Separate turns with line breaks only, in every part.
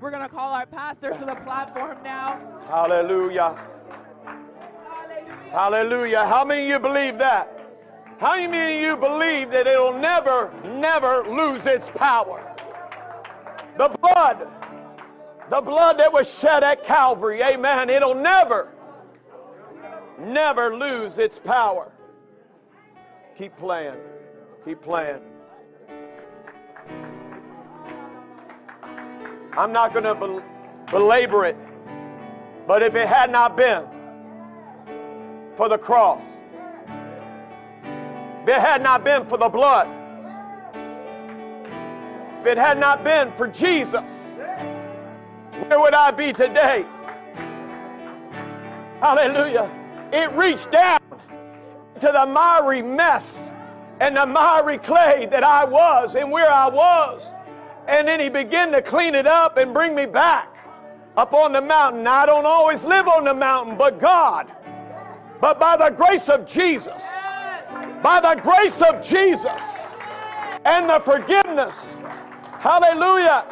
We're going to call our pastor to the platform now.
Hallelujah. Hallelujah. How many of you believe that? How many of you believe that it'll never, never lose its power? The blood, the blood that was shed at Calvary, amen, it'll never, never lose its power. Keep playing. Keep playing. I'm not going to bel belabor it, but if it had not been for the cross, if it had not been for the blood, if it had not been for Jesus, where would I be today? Hallelujah. It reached down to the miry mess and the miry clay that I was and where I was. And then he began to clean it up and bring me back up on the mountain. I don't always live on the mountain, but God, but by the grace of Jesus, by the grace of Jesus and the forgiveness. Hallelujah.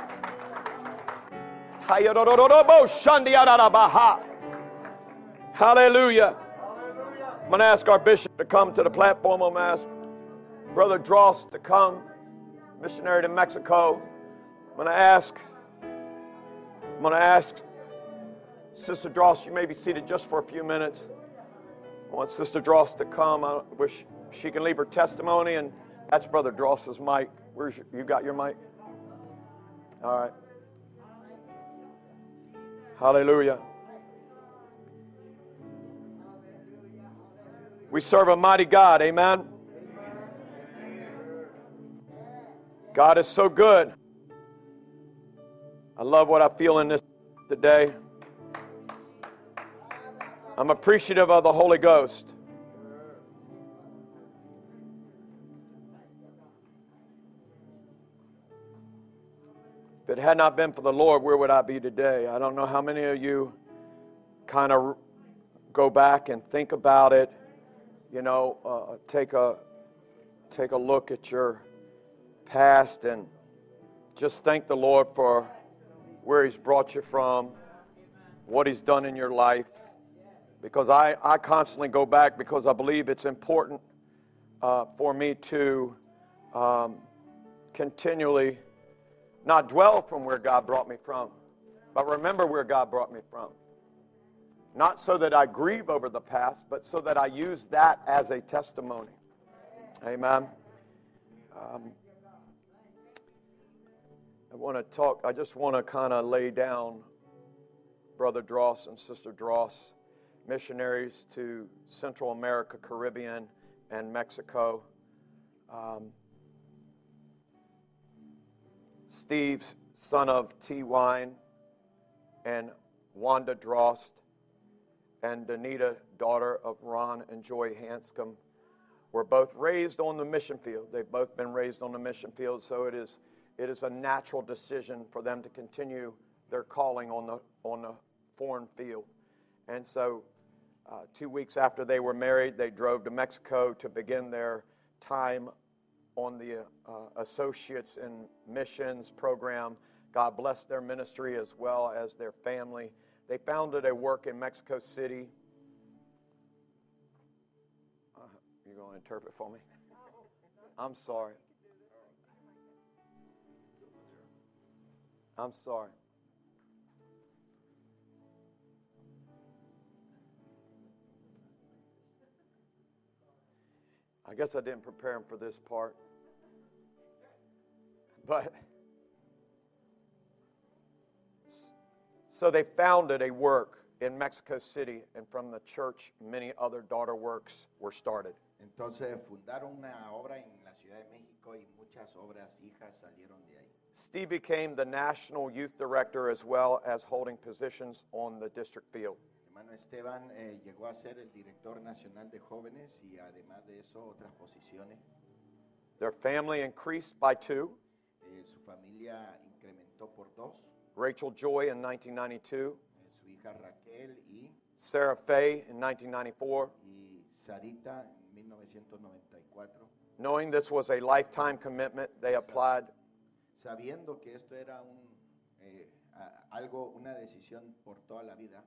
Hallelujah. I'm going to ask our bishop to come to the platform. I'm going to ask Brother Dross to come, missionary to Mexico. I'm going to ask, I'm going to ask Sister Dross, you may be seated just for a few minutes. I want Sister Dross to come. I wish she can leave her testimony, and that's Brother Dross's mic. Where's your, you got your mic? All right. Hallelujah. We serve a mighty God, amen. God is so good. I love what I feel in this today. I'm appreciative of the Holy Ghost. If it had not been for the Lord, where would I be today? I don't know how many of you kind of go back and think about it. You know, uh, take a take a look at your past and just thank the Lord for where He's brought you from, what He's done in your life because I, I constantly go back because I believe it's important uh, for me to um, continually not dwell from where God brought me from, but remember where God brought me from. Not so that I grieve over the past, but so that I use that as a testimony. Amen. Um, I want to talk, I just want to kind of lay down Brother Dross and Sister Dross missionaries to Central America, Caribbean, and Mexico. Um, Steve, son of T. Wine, and Wanda Drost, and Danita, daughter of Ron and Joy Hanscom, were both raised on the mission field. They've both been raised on the mission field, so it is, it is a natural decision for them to continue their calling on the, on the foreign field. And so, uh, two weeks after they were married, they drove to Mexico to begin their time on the uh, Associates in Missions program. God blessed their ministry as well as their family. They founded a work in Mexico City. Uh, you're going to interpret for me? I'm sorry. I'm sorry. I guess I didn't prepare him for this part. But so they founded a work in Mexico City, and from the church, many other daughter works were started.
Entonces fundaron una obra en la Ciudad de México y muchas obras hijas salieron de ahí.
Steve became the national youth director as well as holding positions on the district field.
Hermano Esteban eh, llegó a ser el director nacional de jóvenes y además de eso otras posiciones.
Their family increased by two.
Eh, su familia incrementó por dos,
Rachel Joy in 1992,
eh, su hija Raquel y,
Sarah Fay in 1994.
y Sarita en 1994.
Knowing this was a lifetime commitment, they applied
Sabiendo que esto era un, eh, ah, algo, una decisión por toda la vida.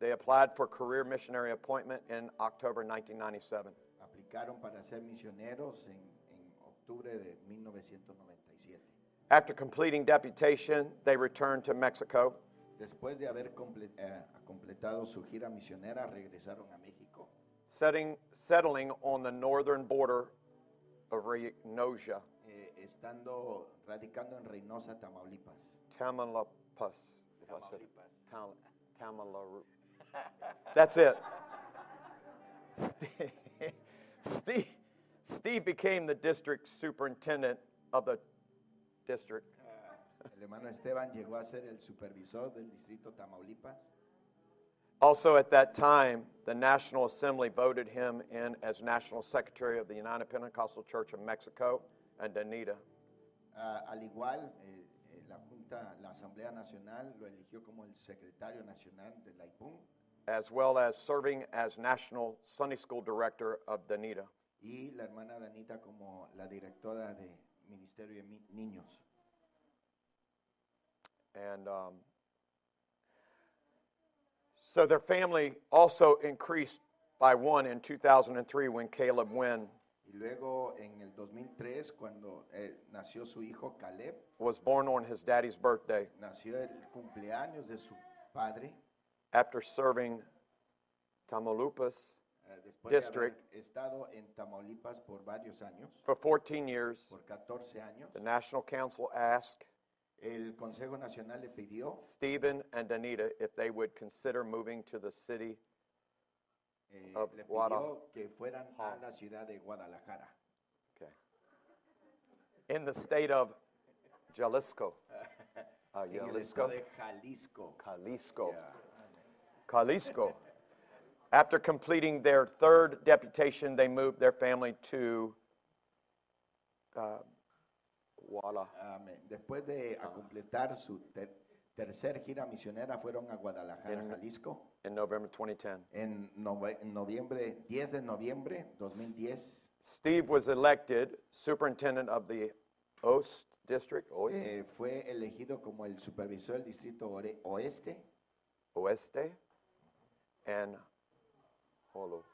They applied for career missionary appointment in October 1997.
Aplicaron para ser misioneros en, en octubre de 1997.
After completing deputation, they returned to Mexico.
Después de haber comple- eh, completado su gira misionera, regresaron a México,
setting, settling on the northern border of Reynosa,
eh, estando radicando en Reynosa, Tamaulipas.
Tamaulipas. If I said Tam- Tamalaru- That's it. Steve, Steve, Steve became the district superintendent of the district.
El hermano Esteban llegó a ser el supervisor del distrito Tamaulipas.
Also, at that time, the National Assembly voted him in as National Secretary of the United Pentecostal Church of Mexico and Danita.
Ah, al igual, eh, eh, la Junta, la Asamblea Nacional lo eligió como el secretario nacional de la IPUM
as well as serving as National Sunday School Director of Danita.
y la hermana Danita como la directora de Ministerio de Mi- Niños.
And um, so their family also increased by one in 2003 when Caleb Wynn
Y luego en el 2003, cuando eh, nació su hijo Caleb,
was born on his daddy's birthday
nació el cumpleaños de su padre.
after serving Tamaulipas
eh, después de haber
District.
estado en Tamaulipas por varios años,
for 14 years.
por 14 años,
The National Council asked
el Consejo Nacional le pidió
Stephen and Danita if they would consider moving to the city
Eh,
Of
le
Guada-
pidió que fueran a
Hall.
la ciudad de Guadalajara,
Okay. In the state of Jalisco. Uh,
en el estado
Jalisco.
de Jalisco. Ah,
Jalisco.
Ya.
Jalisco. After completing their third deputation, they moved their family to uh, Guala.
Amén. Después de
Ah.
a completar su ter- tercer gira misionera, fueron a Guadalajara,
En-
Jalisco,
in November 2010.
en nove- en noviembre, 10 de noviembre 2010.
Steve was elected superintendent of the Ost district, Oest,
eh, fue elegido como el supervisor del distrito ore- oeste
Oeste, and Holo,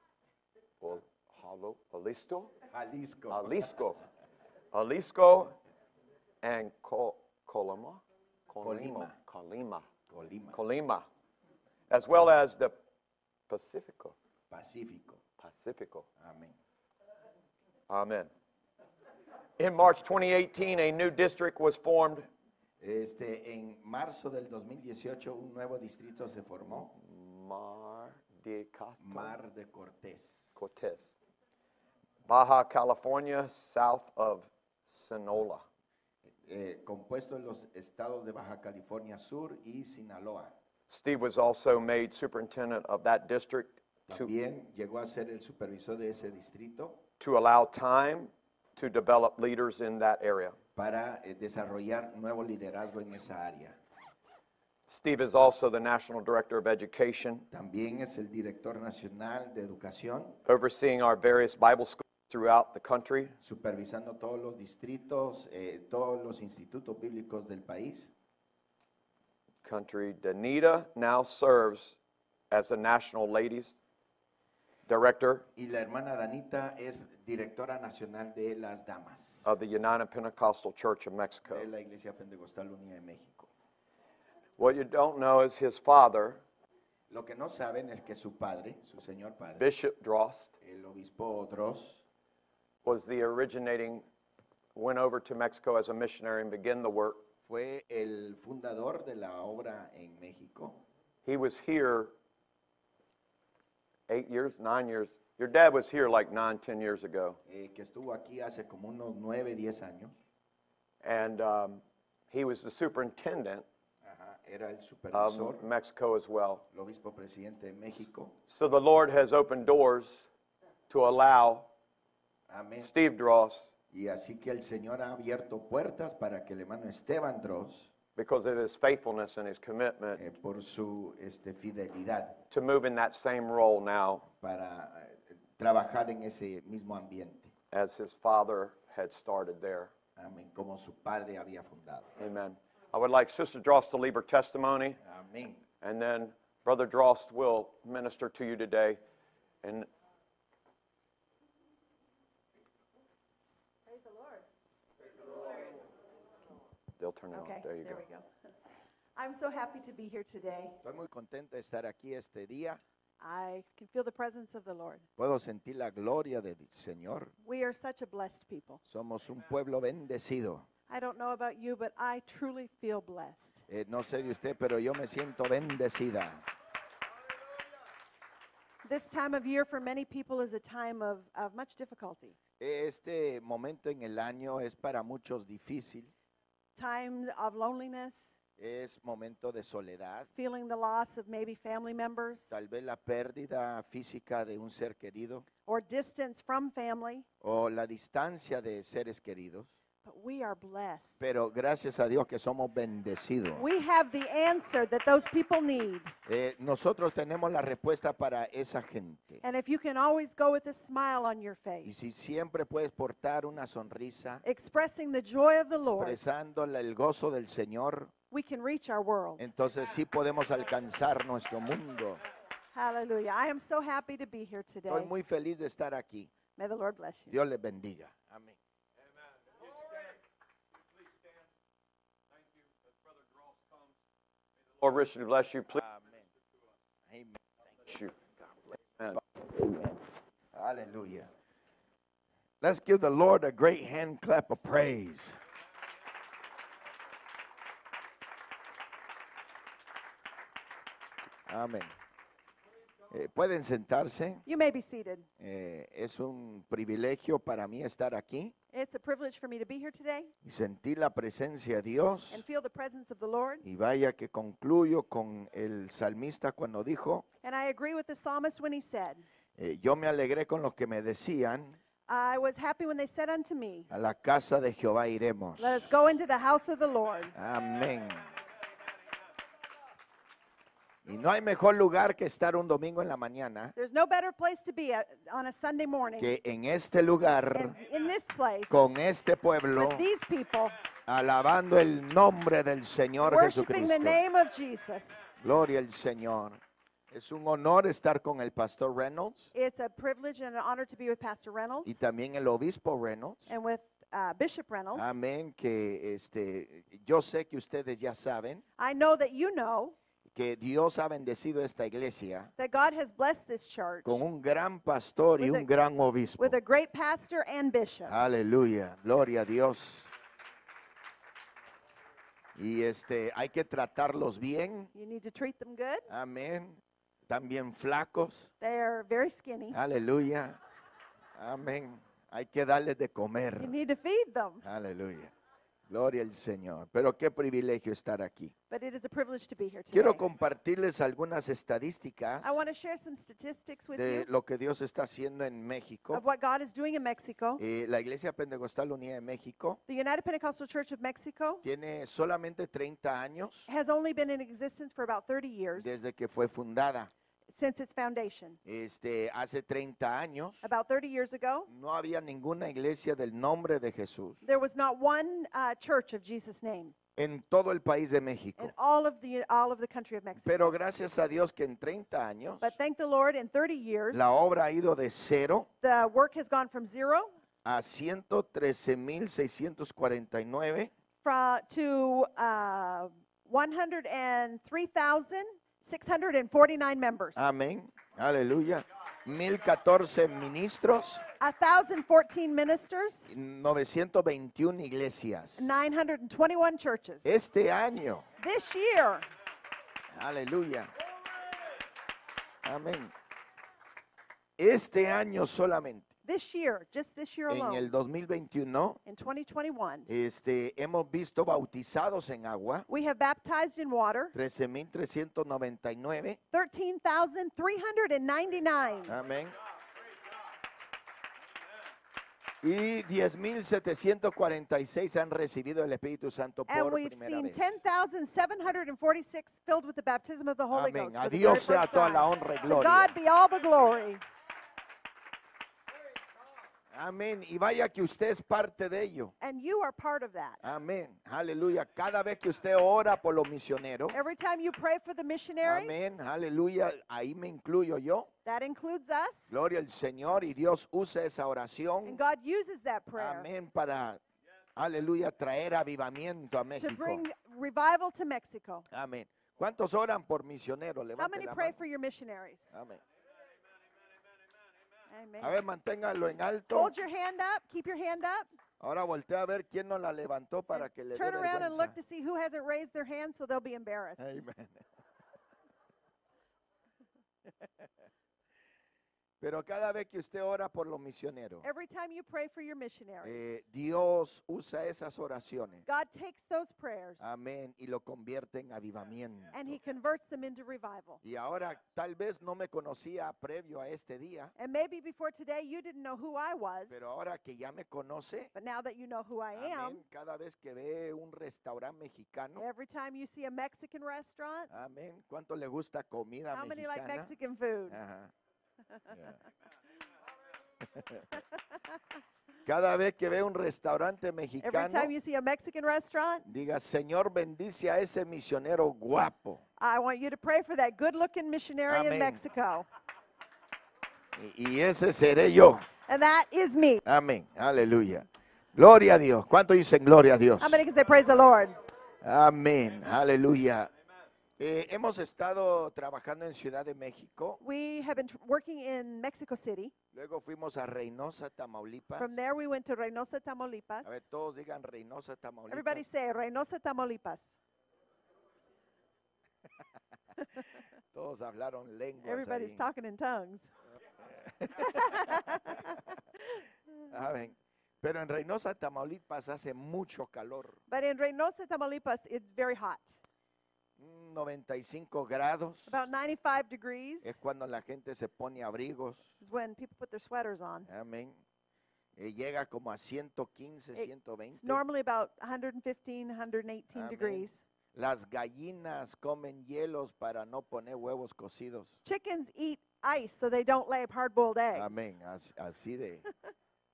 Hol- Holo, Jalisco?
Jalisco.
Jalisco, Jalisco, and Col- Colima, Colima, Colima,
Colima,
Colima, as well as the Pacifico,
Pacífico.
Pacifico.
Amén.
Amen. In March 2018, a new district was formed,
Este, en marzo del 2018 un nuevo distrito se formó,
Mar de Cata-
Mar de Cortés.
Cortez, Baja California, south of Sonola.
eh, compuesto en los estados de Baja California Sur y Sinaloa.
Steve was also made superintendent of that district to
También llegó a ser el supervisor de ese distrito
to allow time to develop leaders in that area.
para eh, desarrollar nuevo liderazgo en esa área.
Steve is also the National Director of Education,
También es el director nacional de educación,
overseeing our various Bible schools throughout the country.
supervisando todos los distritos, eh, todos los institutos bíblicos del país.
Country Danita now serves as the National Ladies Director
Y la hermana Danita es directora nacional de las damas
of the United Pentecostal Church of Mexico.
de la Iglesia Pentecostal Unida de México.
What you don't know is his father,
Lo que no saben es que su padre, su señor padre,
Bishop Drost,
el obispo Dross,
was the originating, went over to Mexico as a missionary and began the work.
fue el fundador de la obra en México.
He was here eight years, nine years. Your dad was here like nine, ten years ago.
eh, que estuvo aquí hace como unos 9, 10 años.
And um, he was the superintendent
Ajá, Era el
of
supervisor,
Um, Mexico as well.
el obispo presidente de México.
So the Lord has opened doors to allow
Amén.
Steve Dross,
Y así que el Señor ha abierto puertas para que el hermano Esteban Dross,
because of his faithfulness and his commitment,
eh, por su este, fidelidad,
to move in that same role now
para eh, trabajar en ese mismo ambiente.
as his father had started there.
Amén. Como su padre había fundado.
Amen. I would like Sister Drost to leave her testimony,
Amén.
and then Brother Drost will minister to you today. And
Praise the Lord.
they'll turn it
Okay,
on. Oh, There you go.
we go. I'm so happy to be here today.
Estoy muy contenta de estar aquí este día.
I can feel the presence of the Lord.
Puedo sentir la gloria del Señor.
We are such a blessed people.
Somos un pueblo bendecido.
I don't know about you, but I truly feel blessed.
Eh, no sé de usted, pero yo me siento bendecida.
This time of year for many people is a time of, of much difficulty.
Este momento en el año es para muchos difícil.
Times of loneliness,
Es momento de soledad.
feeling the loss of maybe family members
Tal vez la pérdida física de un ser querido
or distance from family,
o la distancia de seres queridos.
but we are blessed.
Pero gracias a Dios que somos bendecidos.
We have the answer that those people need.
Eh, nosotros tenemos la respuesta para esa gente.
And if you can always go with a smile on your
Y
face,
si siempre puedes portar una sonrisa,
expressing the joy of the Lord,
expresando la- el gozo del Señor,
we can reach our world.
entonces sí podemos alcanzar nuestro mundo.
Hallelujah. I am so happy to be here today.
Estoy muy feliz de estar aquí.
May the Lord bless you.
Dios les bendiga. Amén.
Lord richly bless you. Please
Amén. Amén.
bless you. Amen.
Hallelujah. Let's give the Lord a great hand clap of praise. Amén. Eh, Pueden sentarse.
You may be seated.
Eh, es un privilegio para mí estar aquí
It's a privilege for me to be here today
y sentir la presencia de Dios.
and feel the presence of the Lord.
Y vaya que concluyo con el salmista cuando dijo,
And I agree with the psalmist when he said,
eh, yo me alegré con los que me decían,
I was happy when they said unto me,
a la casa de Jehová iremos.
Let us go into the house of the Lord.
Amén. Y no hay mejor lugar que estar un domingo en la mañana
There's no better place to be at, on a Sunday morning
que en este
in,
lugar,
in this place
con este pueblo,
with these people
alabando el nombre del Señor
worshiping the
Jesucristo.
name of Jesus.
Gloria al Señor. Es un honor estar con el pastor Reynolds
It's a privilege and an honor to be with Pastor Reynolds
y también el obispo Reynolds.
and with uh, Bishop Reynolds.
Amén, que este, yo sé que ustedes ya saben
I know that you know
que Dios ha bendecido esta iglesia
that God has blessed this church
con un gran pastor y
With a-
un gran obispo.
with a great pastor and bishop.
Ah. Aleluya, gloria a Dios. Y este, hay que tratarlos bien.
You need to treat them good.
Amén. También flacos.
They are very skinny.
Ah. Aleluya. Amén. Hay que darles de comer.
You need to feed them.
Aleluya. Gloria al Señor. Pero qué privilegio estar aquí.
But it is a privilege to be here today.
Quiero compartirles algunas estadísticas
I want to share some statistics with
de
you
lo que Dios está haciendo en México.
of what God is doing in Mexico.
Eh, la Iglesia Pentecostal Unida de México
The United Pentecostal Church of Mexico
tiene solamente 30 años
has only been in existence for about 30 years
desde que fue fundada.
since its foundation.
Este, hace 30 años
About 30 years ago,
no había ninguna iglesia del nombre de Jesús
there was not one uh, church of Jesus' name
en todo el país de México.
in all of the all of the country of Mexico.
Pero gracias a Dios que en 30 años
But thank the Lord, in 30 years,
la obra ha ido de cero
the work has gone from zero
a 113.649
from to uh, 103,649 members,
Amén. Aleluya. 1014 ministros,
a 1,014 ministers,
921 iglesias.
921 churches.
Este año,
This year,
aleluya. Amén. Este año solamente,
this year, just this year
en el
alone,
2021,
in 2021,
este, hemos visto bautizados en agua
we have baptized in water
13.399.
13,399
Amén. Y 10.746 han recibido el Espíritu Santo
And
por
we've
primera
seen
vez.
10,746 filled with the baptism of the Holy
Amén.
Ghost.
A
for the
Dios
very
sea
first
toda la
time.
honra y
To God
gloria.
be all the glory.
Amén. Y vaya que usted es parte de ello.
And you are part of that.
Amén. Aleluya. Cada vez que usted ora por los misioneros.
Every time you pray for the missionaries,
Amén. Aleluya. Ahí me incluyo yo.
that includes us.
Gloria al Señor y Dios usa esa
And
oración.
God uses that prayer
Amén. Para, aleluya, traer avivamiento a
to
México.
bring revival to Mexico.
Amén. ¿Cuántos oran por misioneros?
How
Levanten
many
la
pray
mano.
for your missionaries?
Amén. A ver,
Amen.
manténganlo en alto.
Hold your hand up. Keep your hand up.
Ahora voltea a ver quién nos la levantó para que le dé
Turn around and
vergüenza.
look to see who hasn't raised their hand so they'll be embarrassed.
Amen. Pero cada vez que usted ora por los misioneros,
Every time you pray for your missionaries,
eh, Dios usa esas oraciones.
God takes those prayers
Amén. Y lo convierte en avivamiento.
and He converts them into revival.
Y ahora tal vez no me conocía previo a este día,
And maybe before today you didn't know who I was,
pero ahora que ya me conoce,
but now that you know who I am,
amén, cada vez que ve un restaurante mexicano,
every time you see a Mexican restaurant,
amén, ¿cuánto le gusta comida
how many like
mexicana?
Mexican food?
Ajá. Cada vez que ve un restaurante
Every
mexicano,
time you see a Mexican restaurant,
diga, Señor, bendice a ese misionero guapo.
I want you to pray for that good looking missionary
Amén.
in Mexico.
Y, y ese seré yo.
And that is me.
Amén. Aleluya. Gloria a Dios. ¿Cuánto dicen gloria a Dios?
How many can say praise the Lord?
Amén. Aleluya. Eh, hemos estado trabajando en Ciudad de México.
We have been tr- working in Mexico City.
Luego fuimos a Reynosa, Tamaulipas.
From there, we went to Reynosa, Tamaulipas.
A ver, todos digan Reynosa, Tamaulipas.
Everybody say Reynosa, Tamaulipas.
Todos hablaron lenguas.
Everybody's
ahí.
talking in tongues.
Amén. Pero en Reynosa, Tamaulipas hace mucho calor.
But in Reynosa, Tamaulipas, it's very hot.
Mm, 95 grados.
About 95 degrees
Es cuando la gente se pone abrigos.
is when people put their sweaters on.
Amén. Eh, llega como a 115,
Eh,
120.
It's normally about 115, 118
Amén.
degrees.
Las gallinas comen hielos para no poner huevos cocidos.
Chickens eat ice so they don't lay hard boiled eggs.
Amén. As- Así de,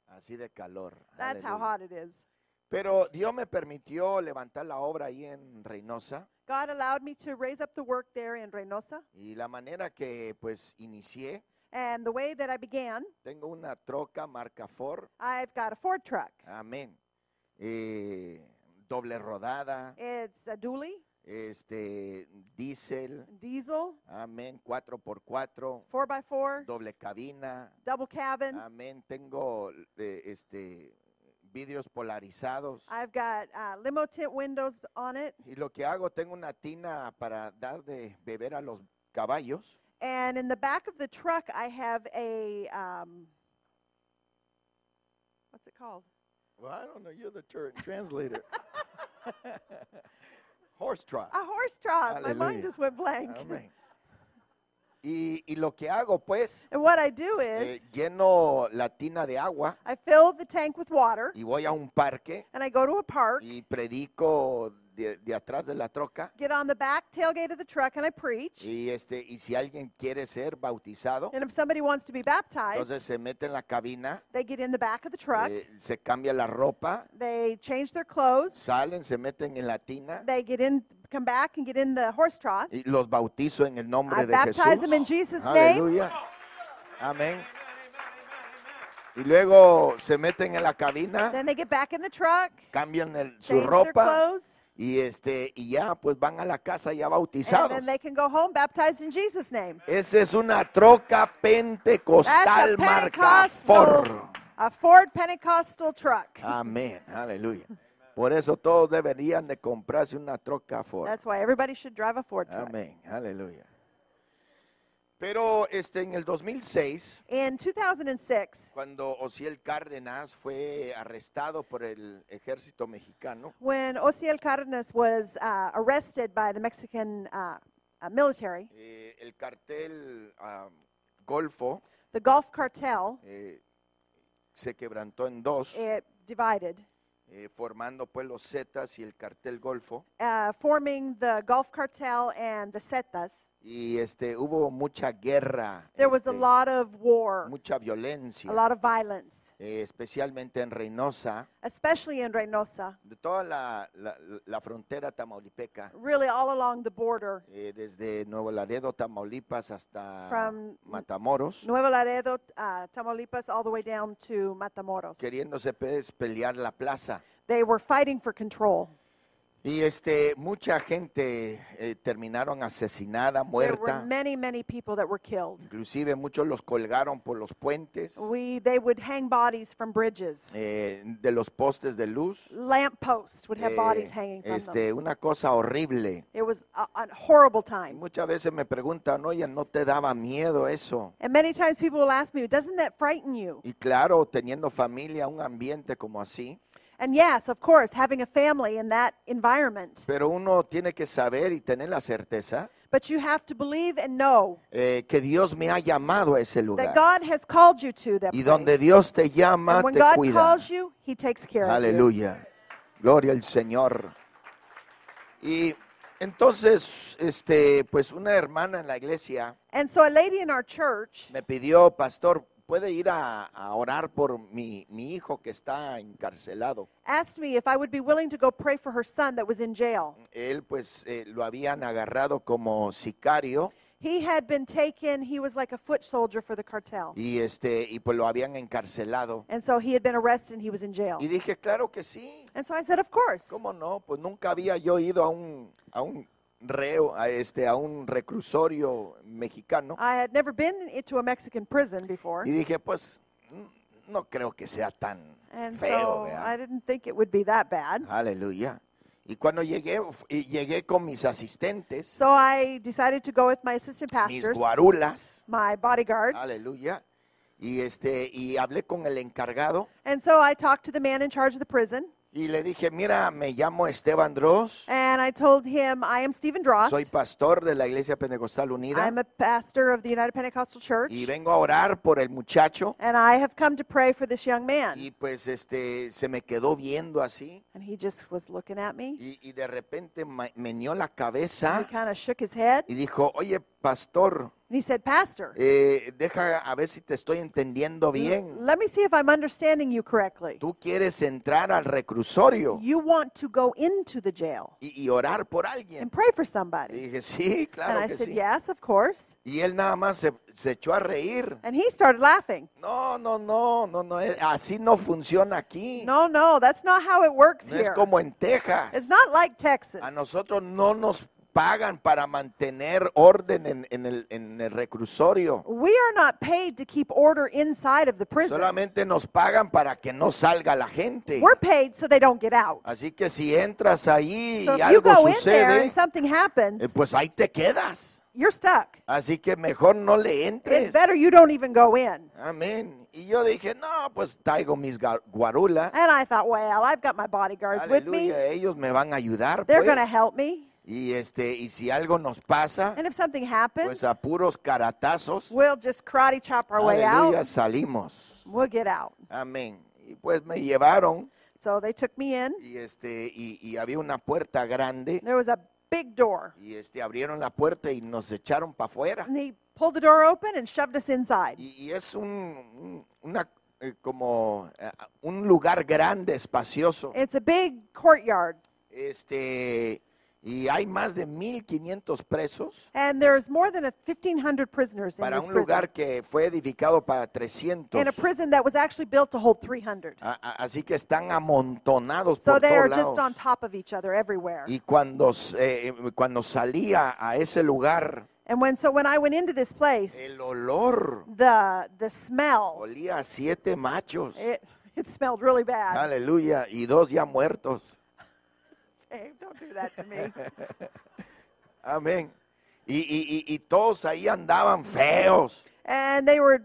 así de calor.
That's how
Aleluya.
hot it is.
Pero Dios me permitió levantar la obra ahí en Reynosa
God allowed me to raise up the work there in Reynosa.
y la manera que pues inicié,
And the way that I began,
tengo una troca marca Ford,
I've got a Ford truck.
amén, eh, doble rodada,
It's a dually,
este, diésel,
diesel,
amén, 4x4,
4x4,
doble cabina,
double cabin.
amén, tengo eh, este, vidrios polarizados.
I've got uh, limo tint windows on it.
Y lo que hago, tengo una tina para dar de beber a los caballos.
And in the back of the truck, I have a, um, what's it called?
Well, I don't know. You're the tur- translator. Horse truck.
A horse trough. My
Hallelujah.
mind just went blank.
Amén. Y, y lo que hago, pues,
And what I do
eh,
is
lleno la tina de agua
I fill the tank with water
y voy a un parque
and I go to a park,
y predico de, de atrás de la troca.
get on the back tailgate of the truck, and I preach.
Y, este, y si alguien quiere ser bautizado,
And if somebody wants to be baptized,
entonces se mete en la cabina,
they get in the back of the truck,
eh, se cambia la ropa,
they change their clothes,
salen, se meten en la tina
they get in, come back and get in the horse trough.
y los bautizo en el nombre
I
de Jesús.
baptize them in Jesus' name.
Aleluya. Amén. Y luego se meten en la cabina,
Then they get back in the truck,
cambian el- su
change their
ropa
clothes,
y este y ya pues van a la casa ya
and
bautizados.
then they can go home baptized in Jesus' name.
Esa es una troca pentecostal
That's a
marca Ford. Ah,
Pentecostal, a Ford Pentecostal truck.
Amén. Aleluya. Por eso todos deberían de comprarse una troca Ford.
That's why everybody should drive a Ford truck.
Amén. Aleluya. Pero este en el 2006
In 2006,
cuando Osiel Cárdenas fue arrestado por el ejército mexicano,
when Osiel Cardenas was uh, arrested by the Mexican uh, uh, military,
eh, el cartel ah, Golfo
the Gulf Cartel,
eh, se quebrantó en dos,
it divided,
eh, formando pues los Zetas y el cartel Golfo.
uh, forming the Gulf Cartel and the Zetas.
Y este, hubo mucha guerra,
There was a
este,
lot of war,
mucha violencia.
a lot of violence.
eh, especialmente en Reynosa,
especially in Reynosa,
de toda la, la- la frontera tamaulipeca,
really all along the border,
eh, desde Nuevo Laredo, Tamaulipas, hasta
From-
Matamoros,
Nuevo Laredo, uh, Tamaulipas, all the way down to Matamoros.
queriéndose pues, pelear la plaza.
They were fighting for control.
Y este, mucha gente eh, terminaron asesinada,
There were
muerta.
many, many people that were killed.
Inclusive muchos los colgaron por los puentes,
We, they would hang bodies from bridges.
eh, de los postes de luz.
Lamp posts would have
Eh,
bodies hanging from
este,
them.
una cosa horrible.
It was a, a horrible
Y
time.
muchas veces me preguntan, oye, ¿no te daba miedo eso?
And many times people will ask me, doesn't that frighten you?
Y claro, teniendo familia, un ambiente como así,
And yes, of course, having a family in that environment.
pero uno tiene que saber y tener la certeza
But you have to believe and know
eh, que Dios me ha llamado a ese
that
lugar.
God has called you to that
Y
place.
donde Dios te llama,
and when
te
God
cuida.
calls you, He takes care of you.
Aleluya. Gloria al Señor. Y entonces, este, pues una hermana en la iglesia
And so a lady in our church,
me pidió, pastor, ¿puede ir a, a orar por mi, mi hijo que está encarcelado?
asked me if I would be willing to go pray for her son that was in jail.
Él pues eh, lo habían agarrado como sicario
He had been taken, he was like a foot soldier for the cartel.
y este y pues lo habían encarcelado.
And so he had been arrested and he was in jail.
Y dije, claro que sí.
And so I said, of course.
¿Cómo no? Pues nunca había yo ido a un a un reo, a este a un reclusorio mexicano.
I had never been into a Mexican prison before.
Y dije, pues mm, no creo que sea tan
And
feo,
so I
¿verdad?
didn't think it would be that bad.
Aleluya. Y cuando llegué, fu- y llegué con mis asistentes,
So I decided to go with my assistant
mis
pastors,
guarulas,
my bodyguards.
aleluya, y este, y hablé con el encargado
And so I talked to the man in charge of the prison.
y le dije, mira, me llamo Esteban Dross,
And I told him, I am Stephen Dross.
soy pastor de la Iglesia Pentecostal Unida
I'm a pastor of the United Pentecostal Church.
y vengo a orar por el muchacho.
And I have come to pray for this young
Y
man.
pues este, se me quedó viendo así
And he just was looking at me.
y, y de repente ma- meñó la
He
cabeza
kind of shook his head.
y dijo, oye, pastor,
And he said, Pastor,
Eh, deja a ver si te estoy
Mm,
entendiendo bien.
let me see if I'm understanding you correctly.
Tú quieres entrar al reclusorio
You want to go into the jail
y, y orar por alguien.
and pray for
Y
somebody.
dije, sí,
And
claro
I
que
said,
sí.
Yes, of course.
Y él nada más se, se echó a reír.
And he started laughing.
No, no, no, no, no, eh, así no funciona aquí.
No, no, that's not how it works
No es
here.
como en Texas.
It's not like Texas.
A nosotros no nos pagan para mantener orden en, en el, en el reclusorio.
We are not paid to keep order inside of the prison.
Solamente nos pagan para que no salga la gente.
We're paid so they don't get out.
Así que si entras ahí
So
y
if you
algo
go in there
sucede,
and something happens,
Eh, pues ahí te quedas.
you're stuck.
Así que mejor no le
It's
entres.
better you don't even go in.
Amén. Y yo dije, no, pues traigo mis ga- guarulas.
And I thought, well, I've got my bodyguards with me.
Aleluya, ellos me van a ayudar.
They're
pues.
going to help me.
Y este, y si algo nos pasa,
And if something
pues
happens,
a puros caratazos,
we'll just karate chop our way
aleluya,
out.
salimos.
We'll get out.
Amén. Y pues me llevaron
So they took me in.
y este, y, y había una puerta grande
There was a big door.
y este, abrieron la puerta y nos echaron para afuera.
And he pulled the door open and shoved us inside.
Y, y es un, un- una, eh, como eh, un lugar grande, espacioso.
It's a big courtyard.
Este, y hay más de 1500 presos
And there's more than a 1,500 prisoners in
para
this
un
prison.
lugar que fue edificado para 300.
in a prison that was actually built to hold 300.
A- a- así que están amontonados
So
Ah, por
they are
todos
just on
lados.
top of each other everywhere.
Y cuando, se- eh, cuando salía a ese lugar,
And when so when I went into this place,
el olor
the the smell
olía a siete machos.
it it smelled really bad.
Aleluya. Y dos ya muertos.
Babe, don't do that to me.
Amén. Y, y- y- y todos ahí andaban feos.
And they were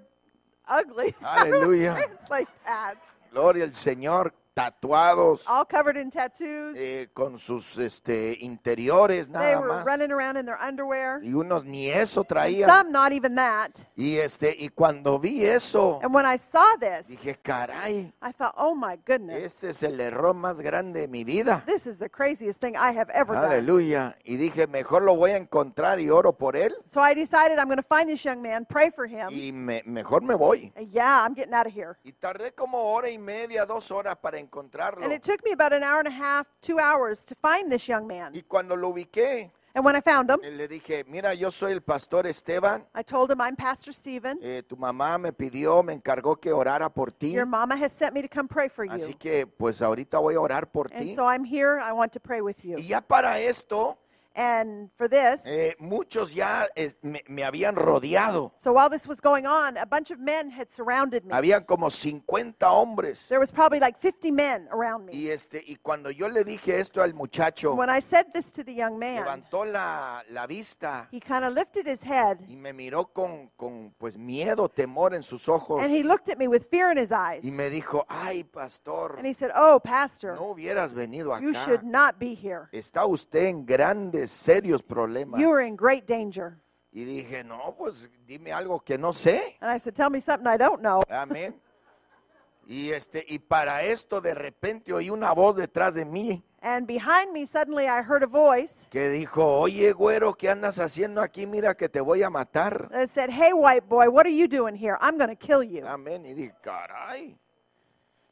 ugly. I would
Hallelujah.
say It's like that.
Gloria al Señor. tatuados,
all covered in tattoos.
eh, con sus este, interiores
They
nada
were
más.
running around in their underwear.
Y unos ni eso traían.
Some not even that.
Y, este, y cuando vi eso,
And when I saw this,
dije, caray,
I thought, oh my goodness,
este es el error más grande de mi vida.
this is the craziest thing I have ever done.
Aleluya. Y dije, mejor lo voy a encontrar y oro por él.
So I decided I'm going to find this young man, pray for him.
Y me- mejor me voy.
And Yeah, I'm getting out of here.
Y tardé como hora y media, dos horas para encontrarlo.
And it took me about an hour and a half, two hours to find this young man.
Y cuando lo ubiqué,
And when I found him,
eh, le dije, mira, yo soy el pastor Esteban.
I told him, I'm Pastor Stephen.
Eh, tu mamá me pidió, me encargó que orara por ti.
Your mama has sent me to come pray for
Así
you.
que pues ahorita voy a orar por
And
ti.
so I'm here. I want to pray with you.
Y ya para esto,
And for this,
eh, muchos ya eh, me, me habían rodeado.
so while this was going on, a bunch of men had surrounded me.
Habían como 50 hombres.
There was probably like 50 men around me.
Y, este, y cuando yo le dije esto al muchacho,
When I said this to the young man,
levantó la, la vista
he kind of lifted his head
y me miró con, con pues miedo, temor en sus ojos.
and he looked at me with fear in his eyes.
Y me dijo, ay pastor,
And he said, Oh, Pastor,
no hubieras venido
you
acá.
should not be here.
Está usted en grandes, serios problemas.
You are in great danger.
Y dije, no, pues dime algo que no sé.
And I said, Tell me something I don't know.
Amén. y, este, y para esto de repente oí una voz detrás de mí
And behind me, suddenly I heard a voice
que dijo, oye güero, ¿qué andas haciendo aquí? Mira que te voy a matar.
that said, Hey, white boy, what are you doing here? I'm going to kill you.
Amén. Y dije, caray.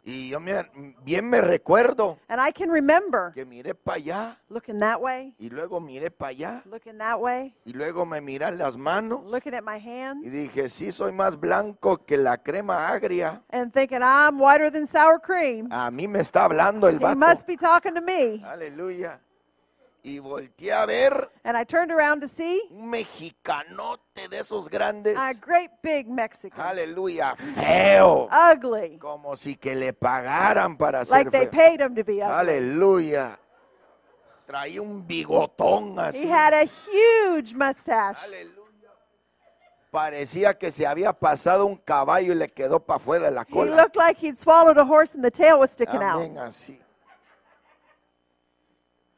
Y yo me- bien me recuerdo
And I can remember
que miré para allá
looking that way,
y luego miré para allá
looking that way,
y luego me miré las manos
looking at my
y
hands,
dije, sí, soy más blanco que la crema agria.
and thinking, I'm whiter than sour cream.
A mí me está hablando el
He
vato.
must be talking to me.
Aleluya. Y volteé a ver
And I turned around to see
un mexicanote de esos grandes.
a great big Mexican,
Aleluya, feo.
ugly,
Como si que le pagaran para ser
Ah. like they
feo.
paid him to be ugly.
Aleluya. Traía un bigotón
He
así.
had a huge mustache.
Aleluya. Parecía que se había pasado un caballo y le quedó para afuera la
He
cola.
looked like he'd swallowed a horse and the tail was sticking out.
Amén, así.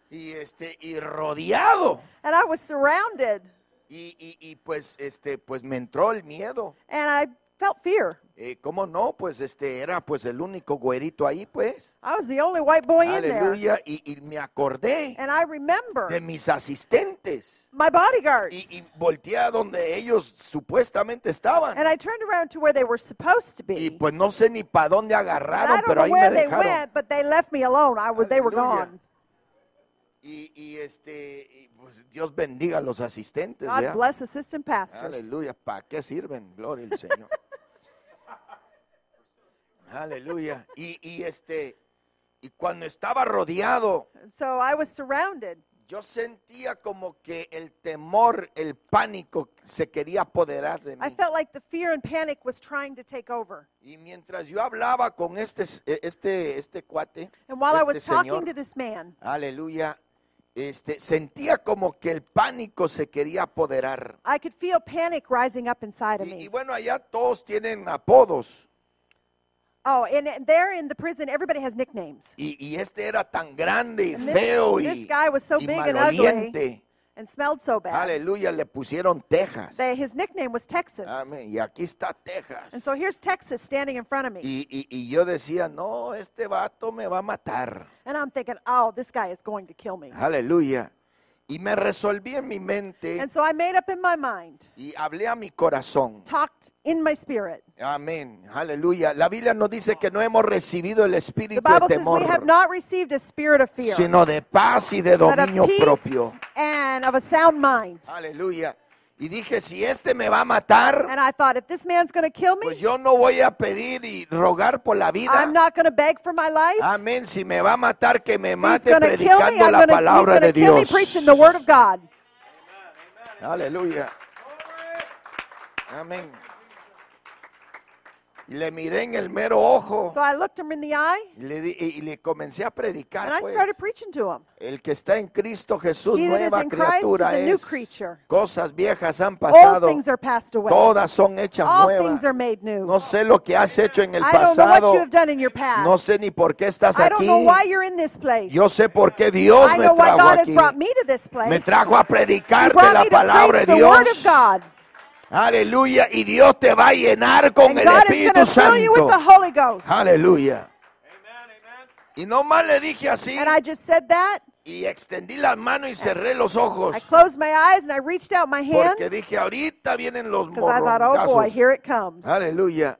Y este, y rodeado.
And I was surrounded
Y, y- y, pues este, pues me entró el miedo.
and I felt fear.
Eh, ¿Cómo no? Pues este era pues el único güerito ahí, pues.
I was the only white boy in there.
Aleluya. Y, y me acordé
And I
de
remember
mis asistentes.
my bodyguards.
Y, y volteé a donde ellos supuestamente estaban.
And I turned around to where they were supposed to
Y
be.
pues no sé ni para dónde
And
agarraron,
I don't
pero
know
ahí me
where they
dejaron.
went, but they left me alone. I was, they were
Aleluya.
gone.
Y, y, este, y, pues, Dios bendiga a los asistentes.
God
¿verdad?
bless assistant pastors.
Aleluya, ¿para qué sirven? Gloria al Señor. Aleluya. Y, y este, y cuando estaba rodeado,
So I was surrounded.
yo sentía como que el temor, el pánico se quería apoderar de
I
mí.
felt like the fear and panic was trying to take over.
Y mientras yo hablaba con este, este, este cuate,
And while I
este
was talking
señor,
to this man,
aleluya, este, sentía como que el pánico se quería apoderar.
I could feel panic rising up inside of
Y, y
me.
bueno, allá todos tienen apodos.
Oh, and it- there in the prison, everybody has nicknames.
Y, y este era tan grande y
And this-
feo
this
y,
guy was so
y
big and
maloliente.
And smelled so bad.
Aleluya, le pusieron Texas.
They, his nickname was Texas.
Amén. Y aquí está Texas.
And so here's Texas standing in front of me.
Y, y- y yo decía, no, este vato me va a matar.
And I'm thinking, oh, this guy is going to kill me.
Aleluya. Y me resolví en mi mente
And so I made up in my mind,
y hablé a mi corazón.
talked in my spirit.
Amén. Aleluya. La Biblia nos dice que no hemos recibido el
The
espíritu de
Bible says
temor,
we have not received a spirit of fear,
sino de paz y de
but of
dominio
peace
propio.
and of a sound mind.
Aleluya. Y dije, si este me va a matar,
And I thought, if this man's going to kill
Pues
me,
yo no voy a pedir y rogar por la vida.
I'm not going to beg for my life.
Amén. Si me va a matar, que me
He's
mate
going to kill me.
predicando
I'm
la
going to
palabra de
kill me
Dios.
preaching the word of God.
Aleluya. Amén. Y le miré en el mero ojo
So I looked him in the eye
y le, di- y- y le comencé a
and
predicar.
I
pues.
started preaching to him.
El que está en Cristo Jesús,
He that is
nueva
in Christ
criatura
is a new
es.
creature.
Cosas viejas han
All
pasado,
things are passed away.
todas son hechas
All
nuevas.
things are made new.
No sé lo que has hecho en el
I don't know what
pasado.
you have done in your past.
No sé ni por qué estás
I don't
aquí.
know why you're in this place.
Yo sé por qué Dios
I
me
know why
trajo
God has
aquí.
brought me to this place.
Me trajo a
he
predicarte
brought
la
me to
palabra
preach
de
the Word of
Dios.
God.
Aleluya. Y Dios te va a llenar con
and
el
God is
Espíritu
going to fill you with
Santo.
the Holy Ghost.
Aleluya. Y nomás le dije así.
And I just said that.
Y extendí las manos y cerré los ojos.
I closed my eyes and I reached out my hand
Porque dije, ahorita vienen los
because I thought, oh boy,
morrongazos.
here it comes.
Aleluya.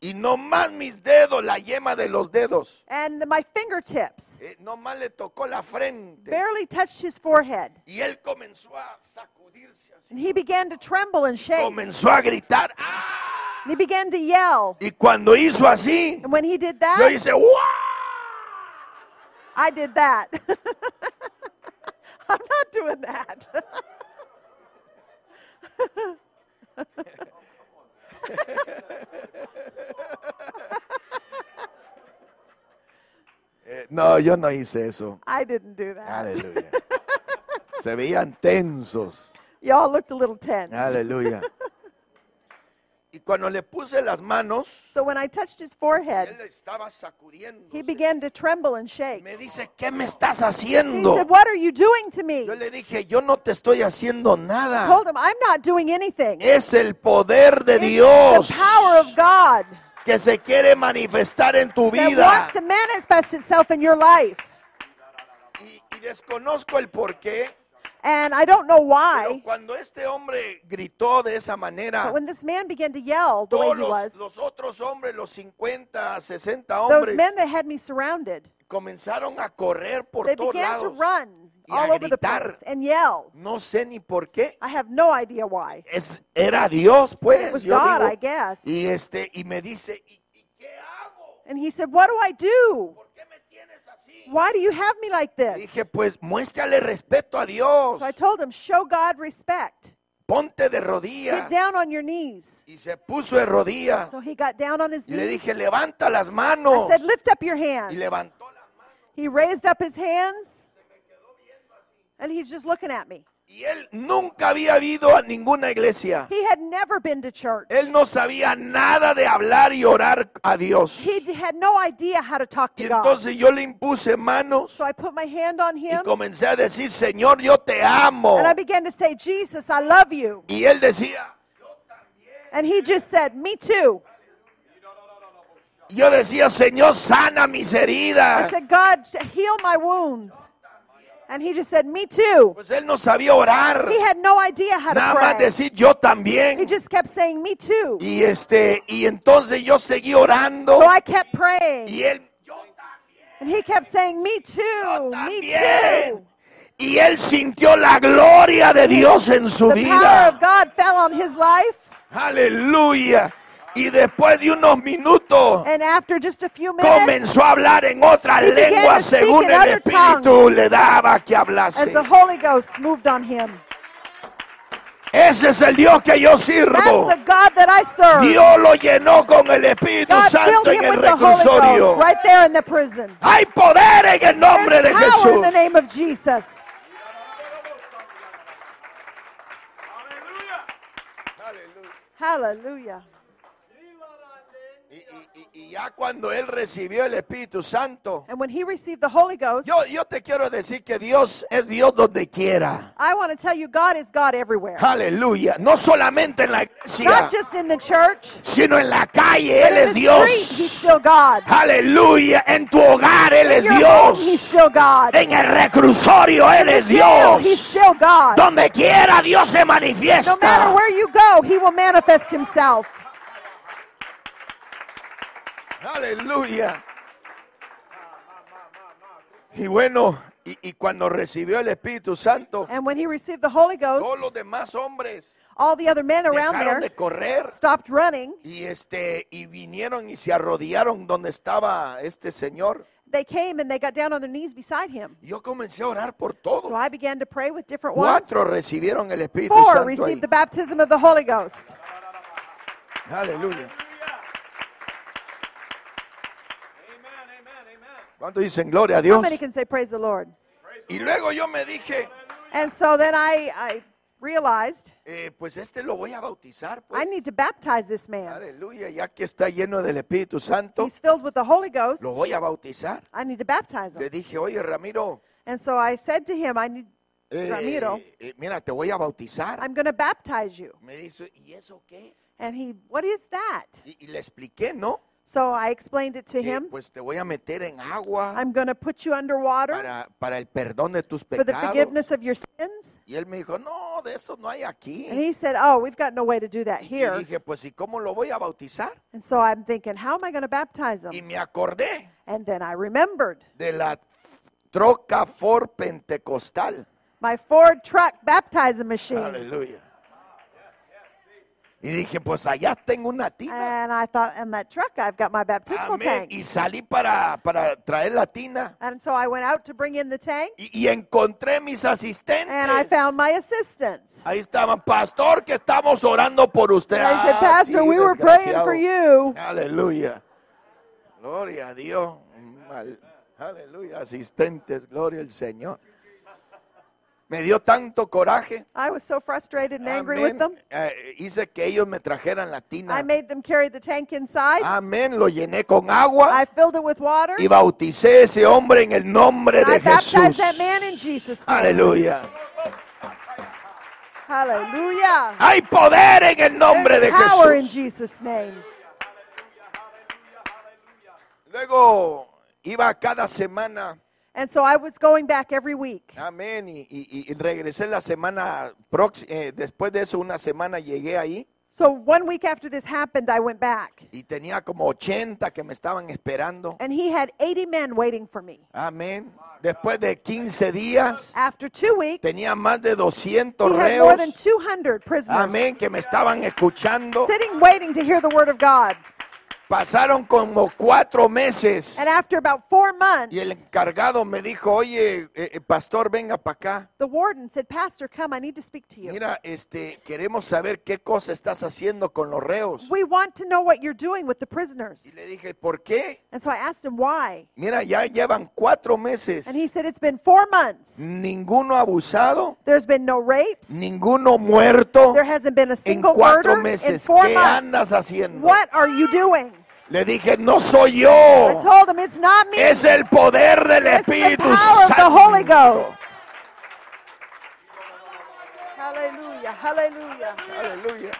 Y nomás mis dedos, la yema de los dedos.
And my fingertips
eh, nomás le tocó la frente.
barely touched his forehead.
Y él comenzó a sacudirse así.
And he began to tremble and shake. And
Comenzó a gritar. ¡Ah!
he began to yell.
Y cuando hizo así,
And when he did
yo
that,
hice ¡guau!
I did that. I'm not doing that.
Eh, no, yo no hice eso.
I didn't do that.
Aleluya. Se veían tensos.
Y'all looked a little tense.
Aleluya. Y cuando le puse las manos,
So when I touched his
él
forehead,
estaba sacudiendo.
he began to tremble and shake.
Me dice, ¿qué me estás
He
haciendo?
said, What are you doing to me?
Yo le dije, yo no te estoy haciendo
I
nada.
told him, I'm not doing anything.
Es el poder de
It's
Dios
the power of God
que se quiere manifestar en tu
that
vida.
wants to manifest itself in your life.
Y, y desconozco el por qué,
And I don't know
pero
why,
cuando este hombre gritó de esa manera,
but when this man began to yell the way
todos
he was,
los, los otros hombres, los 50, 60
those
hombres,
men that had me surrounded,
comenzaron a correr por
they
todos
began to
lados.
run
y a
all over the
gritar.
place and yell.
No sé ni por qué.
I have no idea why.
Es, era Dios,
It
pues.
was
Yo
God, I
digo,
guess.
y este, y me dice, ¿y, y qué hago?
And he said, What do I do?
¿Por qué me tienes así?
Why do you have me like this?
Dije, pues muéstrale respeto a Dios.
So I told him, Show God respect.
Ponte de rodillas.
Get down on your knees.
Y se puso de rodillas.
So he got down on his
Y le
knees.
dije, levanta las
I
manos.
said, Lift up your
Y
hands.
levantó las manos.
He raised up his hands and he's just looking at me.
Y él nunca había ido a ninguna iglesia.
He had never been to church.
Él no sabía nada de hablar y orar a Dios.
He had no idea how to talk
Y
to God.
entonces yo le impuse manos
So I put my hand on
y
him
comencé a decir, Señor, yo te amo.
and I began to say, Jesus, I love you.
Y él decía,
And he just said, Me too.
yo decía, Señor, sana mis
I
heridas.
said, God, heal my wounds. And he just said, Me too.
Pues él no sabía orar.
He had no idea how
Nada más
to pray.
decir yo
He
también.
just kept saying, Me too.
Y este, y entonces yo seguí orando.
So I kept praying.
Y él, yo también,
And he kept saying, Me
yo
too. Me too.
también. Y él sintió la gloria de Dios en su
The power
vida.
of God fell on his life.
Aleluya. Y después de unos minutos
And after just a few minutes,
comenzó a hablar en otras
He began
lenguas
to speak
según
in
el
other
Espíritu
tongues.
le daba que
as
hablase.
the Holy Ghost moved on him,
Ese es el Dios que yo
that's
sirvo.
the God that I serve.
Dios lo llenó con el Espíritu
God filled
Santo en
him
el
with the Holy
reclusorio.
Ghost right there in the prison.
Hay poder en el nombre de
There's power
Jesús.
in the name of Jesus. Hallelujah.
Y, y- y- y ya cuando él recibió el Espíritu Santo,
And when he received the Holy Ghost,
yo, yo te quiero decir que Dios es Dios donde quiera.
I want to tell you, God is God everywhere.
Aleluya. No solamente en la iglesia,
Not just in the church,
sino en la calle.
but
Él es
in the street, he's
Dios.
still God.
Aleluya. En tu hogar Él
In
es
your home, he's
Dios.
still God.
En el reclusorio Él es
Still, he's
Dios.
still God.
Donde quiera Dios se
No matter
manifiesta.
where you go, he will manifest himself.
Aleluya. Y bueno, y, y cuando recibió el Espíritu Santo,
And when he received the Holy Ghost,
todos los demás hombres
all the other men around
dejaron
there
de correr
stopped running.
y este y vinieron y se arrodillaron donde estaba este señor.
They came and they got down on their knees beside him.
Y Yo comencé a orar por
So
todos.
I began to pray with different ones.
Cuatro recibieron el Espíritu
Four
Santo. ahí.
received the baptism of the Holy Ghost.
Aleluya. ¿Cuántos dicen gloria a
How
Dios?
many can say praise the Lord?
Y luego yo me dije,
And so then I, I realized
eh, pues este lo voy a bautizar. Pues.
I need to baptize this man.
Aleluya, ya que está lleno del Espíritu Santo,
He's filled with the Holy Ghost.
lo voy a bautizar.
I need to baptize
Le
him.
dije, oye Ramiro,
And so I said to him, I need,
eh,
Ramiro,
eh, mira, te voy a bautizar.
I'm going to baptize you.
Me dice, ¿y eso qué?
And he, what is that?
Y, y le expliqué, ¿no?
So I explained it to
Que,
him.
pues te voy a meter en agua
I'm going to put you underwater
para, para el perdón de tus
for the
pecados.
forgiveness of your sins.
Y él me dijo, no, de eso no hay aquí.
And he said, oh, we've got no way to do that
Y- y
here.
dije, pues ¿y cómo lo voy a bautizar?
And so I'm thinking, how am I going to baptize
Y
him?
me acordé
And then I remembered
de la troca for pentecostal.
my Ford truck baptizing machine.
Aleluya. Y dije, pues allá tengo una tina.
And I thought, and that truck, I've got my baptismal
Amén.
Ah, tank.
Y salí para, para traer la tina.
And so I went out to bring in the tank,
Y, y encontré mis asistentes.
and I found my assistants.
Ahí estaban, pastor, que estamos orando por usted.
And I said,
Ah,
Pastor,
sí,
we were praying
desgraciado.
for you.
Aleluya. Gloria a Dios. Mal- Aleluya. Asistentes, gloria al Señor. Me dio tanto coraje.
I was so frustrated and angry
Amén.
with them.
Eh, hice que ellos me trajeran la tina.
I made them carry the tank
Ah.
inside.
Amén. Lo llené con agua
I filled it with water.
y bauticé a ese hombre en el nombre
And I
de
baptized
Jesús. Ah.
that man in Jesus' name.
Aleluya.
Hallelujah.
Hay poder en el nombre Ah, de
There's power in
Jesús.
Jesus' name.
Luego iba cada semana.
And so I was going back every week.
Amén. Y, y- y regresé la semana próxima. después de eso, una semana llegué ahí
So one week after this happened, I went back.
y tenía como 80 que me estaban esperando.
And he had 80 men waiting for me.
Amén. Después de 15 días,
After two weeks,
tenía más de 200
he had more than
reos.
200 prisoners
Amén. Que me estaban escuchando.
sitting waiting to hear the word of God.
Pasaron como cuatro meses
And after about four months,
y el encargado me dijo, oye, eh, eh, pastor, venga para acá.
the warden said, Pastor, come, I need to speak to you.
Mira, este, queremos saber qué cosa estás haciendo con los reos.
we want to know what you're doing with the prisoners.
Y le dije, ¿por qué?
And so I asked him why.
Mira, ya llevan cuatro meses.
And he said, It's been four months.
Ninguno abusado,
There's been no rapes.
ninguno muerto
There hasn't been a
en
single
cuatro
murder in
meses.
four
¿Qué
months.
andas haciendo?
What are you doing?
Le dije, no soy
I
yo.
told him, It's not me.
Oh. Es el poder del
It's the
Espíritu
power of the Holy
Santo.
Ghost. Hallelujah, hallelujah.
Aleluya.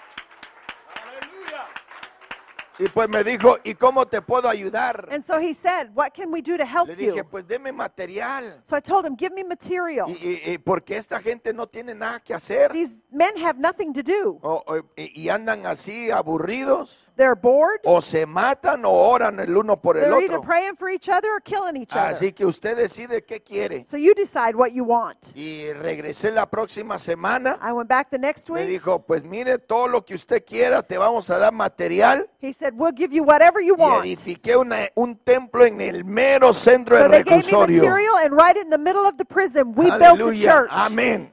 Y pues me dijo, ¿y cómo te puedo ayudar?
And so he said, What can we do to help
Le dije,
you?
pues deme material.
So I told him, Give me material.
Y, y- y porque esta gente no tiene nada que hacer.
These men have nothing to do.
O- o- y y andan así aburridos.
They're bored.
O se matan o oran el uno por Oh, el
They're either
otro.
praying for each other or killing each other.
Así que usted decide qué quiere.
So you decide what you want.
Y regresé la próxima semana.
I went back the next
Me
week.
dijo, pues mire todo lo que usted quiera, te vamos a dar material.
He said, We'll give you whatever you
Y
want.
edifiqué una- un templo en el mero centro
So
del
they gave me
reclusorio.
material, and right in the middle of the prison, we built a
Aleluya.
church.
Amén.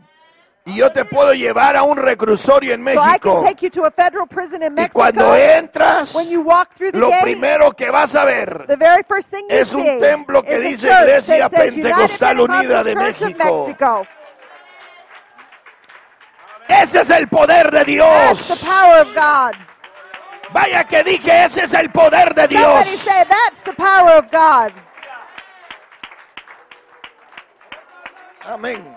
Y yo te puedo llevar a un reclusorio en
So I
México.
can take you to a federal prison in
Y cuando
Mexico.
entras,
When you walk through the
lo
gate,
primero que vas a ver
the very first thing you
es
see
un templo que
is
dice
a church
Iglesia
that says United
Pentecostal
Pentecostal
Unida de
Church of
México.
Mexico.
Ese es el poder de
That's the
Dios.
power of God.
Vaya que dije, ese es el poder de Dios.
Somebody say that's the power of God.
Amén.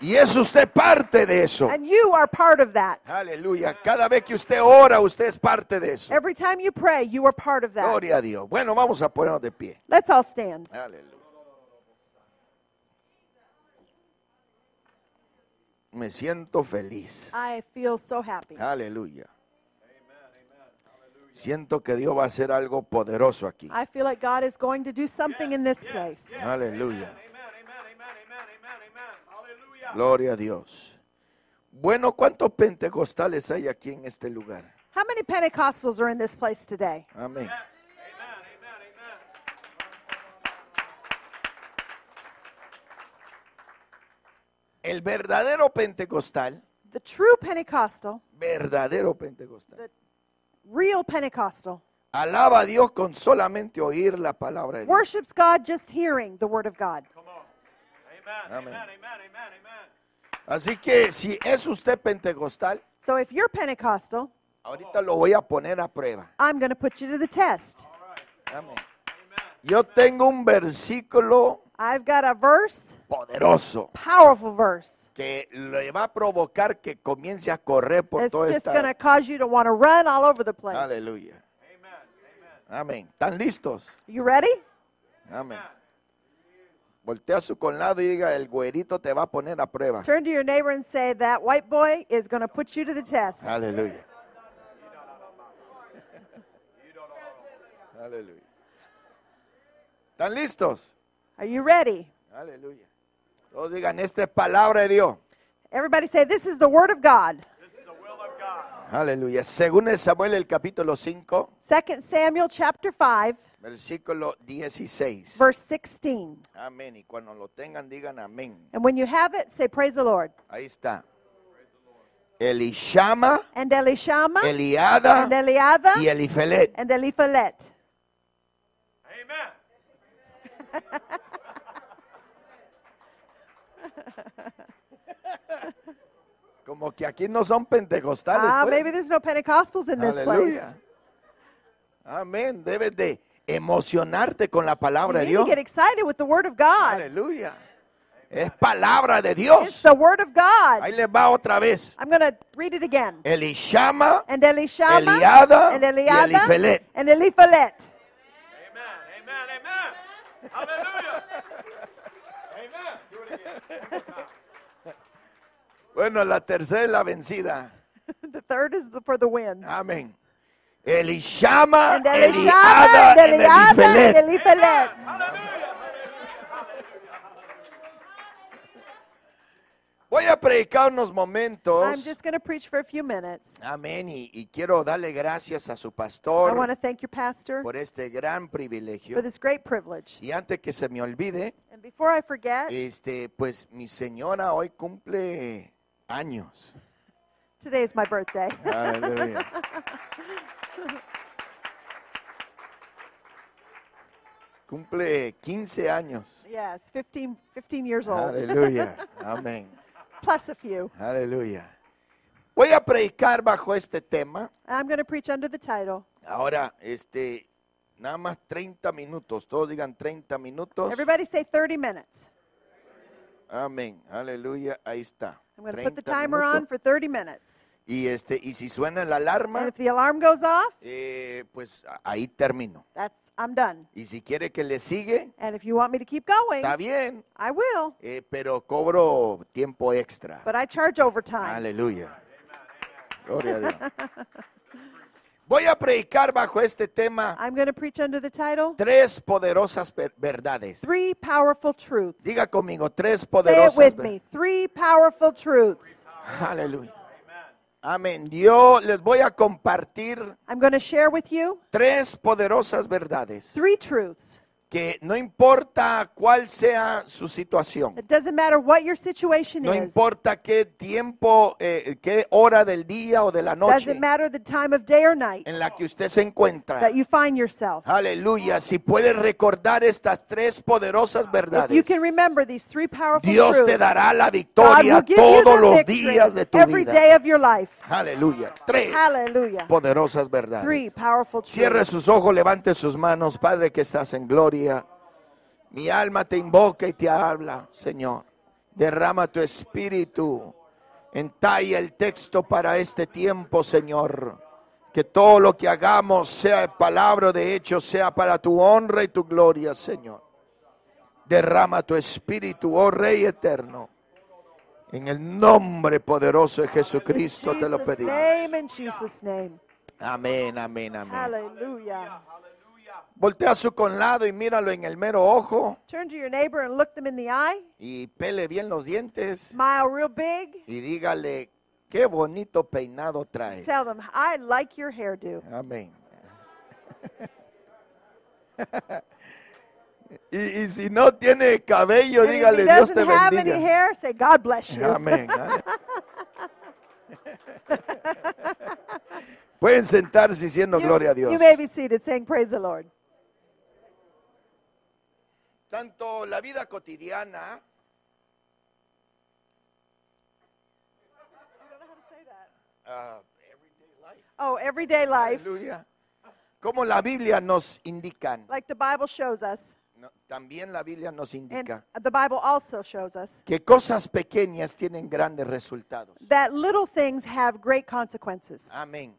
Y es usted parte de eso.
And you are part of that.
Aleluya. Cada vez que usted ora, usted es parte de eso.
Every time you pray, you are part of that.
Gloria a Dios. Bueno, vamos a ponernos de pie.
Let's all stand.
Aleluya. Me siento feliz.
I feel so happy.
Aleluya. Siento que Dios va a hacer algo poderoso aquí.
I feel like God is going to do something in this place.
Aleluya.
Amen, amen, amen, amen, amen, amen. Hallelujah.
Gloria a Dios. Bueno, ¿cuántos pentecostales hay aquí en este lugar?
How many Pentecostals are in this place today?
Amén.
Amen, amen, amen.
El verdadero pentecostal,
The true Pentecostal,
verdadero pentecostal,
real Pentecostal,
Alaba a Dios con solamente oír la palabra de Dios.
Worships God just hearing the word of God.
Come on.
Amen.
Amen. Amen. Amen. Amen. Amen.
Así que si es usted pentecostal,
So if you're Pentecostal,
ahorita lo voy a poner a prueba.
I'm going to put you to the test.
Amén. Yo tengo un versículo
I've got a verse,
poderoso
powerful verse,
que le va a provocar que comience a correr por
that's
toda
just going to
esta.
cause you to want to run all over the place.
Aleluya. Amén. ¿Están listos?
You ready?
Amén. Voltea a su conlado y diga, el güerito te va a poner a prueba.
Turn to your neighbor and say, That white boy is going to put you to the test.
Aleluya. Aleluya. ¿Están listos?
Are you ready?
Aleluya. Todos digan, esta es palabra de Dios.
Everybody say, This is the word of God.
This is the will of God.
Aleluya. Según el Samuel el capítulo 5,
2 Samuel chapter 5,
versículo 16.
verse 16.
Amén. Y cuando lo tengan, digan amén.
And when you have it, say, Praise the Lord.
Ahí está. Elishama,
And Elishama,
Eliada
and Eliada,
y Elifelet.
and Eliphalet.
Amen.
Como que aquí no son pentecostales.
Ah,
pues.
maybe there's no Pentecostals in this place.
Aleluya. Amén. Debes de emocionarte con la palabra de
You need to
Dios.
get excited with the word of God.
Aleluya. Es palabra de
It's
Dios.
the word of God.
Ahí les va otra vez.
I'm going to read it again.
Elishama,
And Elishama,
Eliada
and
y
Eliada,
Elifelet.
and Eliphalet.
Amen. Amen. Amen. Hallelujah. Amen. Do it again.
Bueno, la tercera es la vencida.
The third is the, for the
Ah,
win.
Amén. Elishama,
And Elishama,
Eliada,
and Eliada, and
Elifelet.
Eliphalet.
Voy a predicar unos
I'm
momentos.
just going to preach for a few minutes.
Amén. Y, y quiero darle gracias a su
I want to
pastor
thank your pastor
por este gran
for
privilegio.
this great privilege.
Y antes que se me olvide,
And before I forget,
este, pues mi señora hoy cumple años.
today's my birthday.
Aleluya. Cumple 15 años.
Yes, 15, 15 years old,
Aleluya. Amén.
plus a few.
Aleluya. Voy a predicar bajo este tema.
I'm going to preach under the title.
Ahora, este, nada más 30 minutos. Todos digan 30 minutos.
Everybody say 30 minutes.
Amén. Aleluya. Ahí está.
I'm going to put
30
the timer on
minutos.
for 30 minutes.
Y este, y si suena la
And
alarma,
if the alarm goes off,
eh, pues a- ahí termino.
that's I'm done.
Y si quiere que le sigue,
And if you want me to keep going,
está bien.
I will,
Eh, pero cobro tiempo extra.
but I charge overtime.
Aleluya. Gloria a Dios. Voy a predicar bajo este tema
I'm going to preach under the title
tres poderosas ver- verdades.
Three Powerful Truths.
Diga conmigo, tres
Say it
poderosas
with
ver-
me. Three powerful truths.
Aleluya. Amén. Yo les voy a compartir
I'm going to share with you
tres poderosas verdades.
three truths.
Que no importa cuál sea su situación,
It doesn't matter what your situation
no
is.
importa qué tiempo, eh, qué hora del día o de la noche
Doesn't matter the time of day or night
en la que usted se encuentra.
that you find yourself.
Aleluya, si puedes recordar estas tres poderosas
If
verdades,
you can remember these three powerful
Dios te
truths,
dará la
God will
victoria
give you
todos
the
los
victory
días de tu
every day
vida.
of your life.
Aleluya, tres
Hallelujah.
poderosas
Three
verdades.
powerful
Cierre
truths.
sus ojos, levante sus manos, Padre que estás en gloria. Mi alma te invoca y te habla, Señor. Derrama tu espíritu. Entalla el texto para este tiempo, Señor. Que todo lo que hagamos sea palabra de hecho, sea para tu honra y tu gloria, Señor. Derrama tu espíritu, oh Rey eterno. En el nombre poderoso de Jesucristo te lo
Jesus'
pedimos.
name in Jesus' name.
Amén, amén, amén.
Hallelujah.
Voltea a su conlado y míralo en el mero ojo
Turn to your neighbor and look them in the eye.
y pele bien los dientes
Smile real big.
y dígale qué bonito peinado traes.
Tell them, I like your hairdo.
Amén. y, y si no tiene cabello,
And if
dígale
he
Dios te
doesn't have any
bendiga.
hair, say, God bless you.
Amén. Ale- Pueden sentarse diciendo
You-
gloria a Dios.
You may be seated saying, Praise the Lord.
Tanto la vida cotidiana ah,
Oh, everyday life,
Aleluya. Como la Biblia nos indican,
like the Bible shows us,
no, también la Biblia nos
and
indica
the Bible also shows us,
que cosas pequeñas tienen grandes resultados.
that little things have great consequences.
Amén.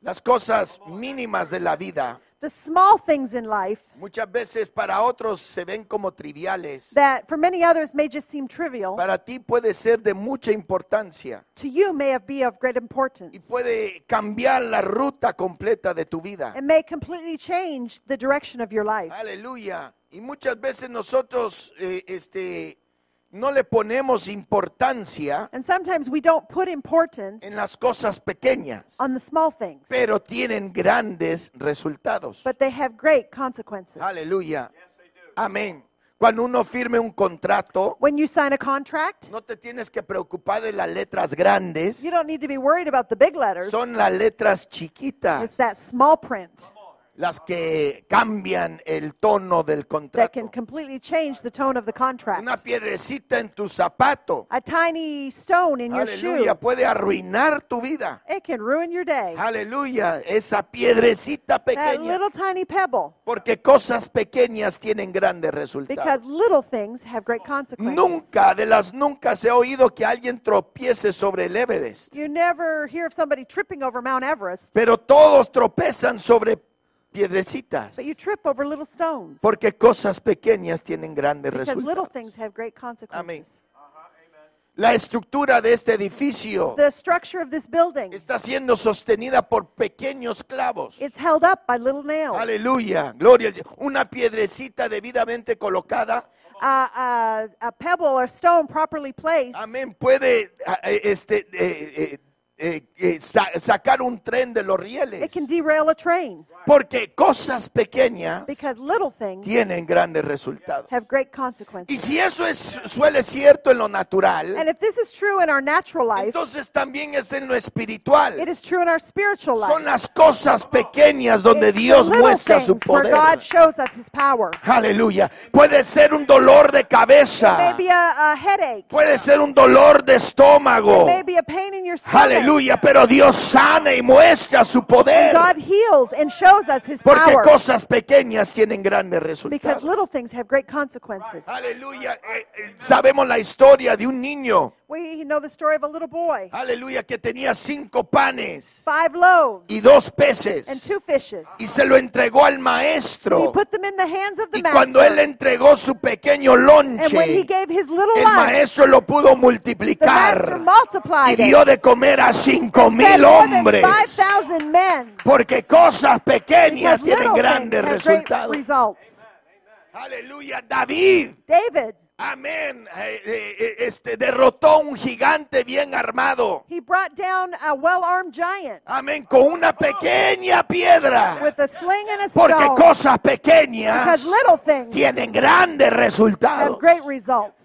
Las cosas mínimas de la vida
The small things in life
muchas veces para otros se ven como triviales.
that for many others may just seem trivial,
Para ti puede ser de mucha importancia
to you may have- be of great
y
importance.
puede cambiar la ruta completa de tu vida.
It may completely change the direction of your life.
Aleluya. Y muchas veces nosotros eh, este, no le ponemos importancia
And sometimes we don't put importance
en las cosas pequeñas,
on the small things,
pero tienen grandes resultados.
but they have great consequences.
Aleluya. Amén. Cuando uno firme un contrato,
When you sign a contract,
no te tienes que preocupar de las letras grandes,
you don't need to be worried about the big letters.
son las letras
It's
chiquitas
that small print
las que cambian el tono del
that
contrato.
can completely change the tone of the contract.
Una piedrecita en tu zapato,
A tiny stone in your shoe,
aleluya, puede arruinar tu vida.
it can ruin your day.
Aleluya, esa piedrecita
That
pequeña.
little tiny pebble,
Porque cosas pequeñas tienen grandes resultados.
because little things have great consequences.
Nunca, de las nunca se ha oído que alguien tropiece sobre el Everest,
You never hear of somebody tripping over Mount Everest,
pero todos tropezan sobre piedrecitas,
but you trip over little stones,
porque cosas pequeñas tienen grandes
because little
resultados.
things have great consequences.
La estructura de este edificio
The structure of this building,
está siendo sostenida por pequeños clavos.
it's held up by little nails.
Aleluya, gloria. al Señor. Una piedrecita debidamente colocada,
uh, uh, a pebble or stone properly placed
amén, puede a- eh, este, eh, eh, eh, eh, sa- sacar un tren de los rieles.
it can derail a train
Porque cosas pequeñas
because little things
tienen grandes resultados.
have great
Y
consequences
si eso es, suele cierto en lo
and
natural,
if this is true in our natural life
entonces también es en lo
it
espiritual.
is true in our spiritual
Son
life
las cosas pequeñas donde
It's the
Dios
little
muestra su
things where God
poder.
shows us his power
Aleluya. Puede ser un dolor de cabeza.
maybe a, a headache
Puede ser un dolor de estómago.
maybe a pain in your stomach
Oh. Aleluya. Pero Dios sana y muestra su poder.
God heals and shows us his
Porque
power
cosas pequeñas tienen grandes
because
resultados.
little things have great consequences
Aleluya. eh, eh, sabemos la historia de un niño.
we know the story of a little boy
Aleluya. Que tenía cinco panes
five loaves
y dos peces.
and two fishes
Y se lo entregó al
he
maestro.
put them in the hands of the
Y cuando él
master
le entregó su pequeño
And when he
lonche,
gave his little
el
lunch,
maestro lo pudo
the master
multiplicar. Y
multiplied
dio
it.
de comer a cinco
fed
mil
more than
hombres.
5,000 men.
Porque cosas
Because
pequeñas tienen
little
grandes
things have great
resultados.
results.
Aleluya. David.
David,
Amén. Eh, eh, eh, Este derrotó un gigante bien armado.
he brought down a well-armed giant
Amén. Con una pequeña piedra.
with a sling and a
Porque
stone.
cosas pequeñas
Because little things
tienen grandes resultados.
have great results.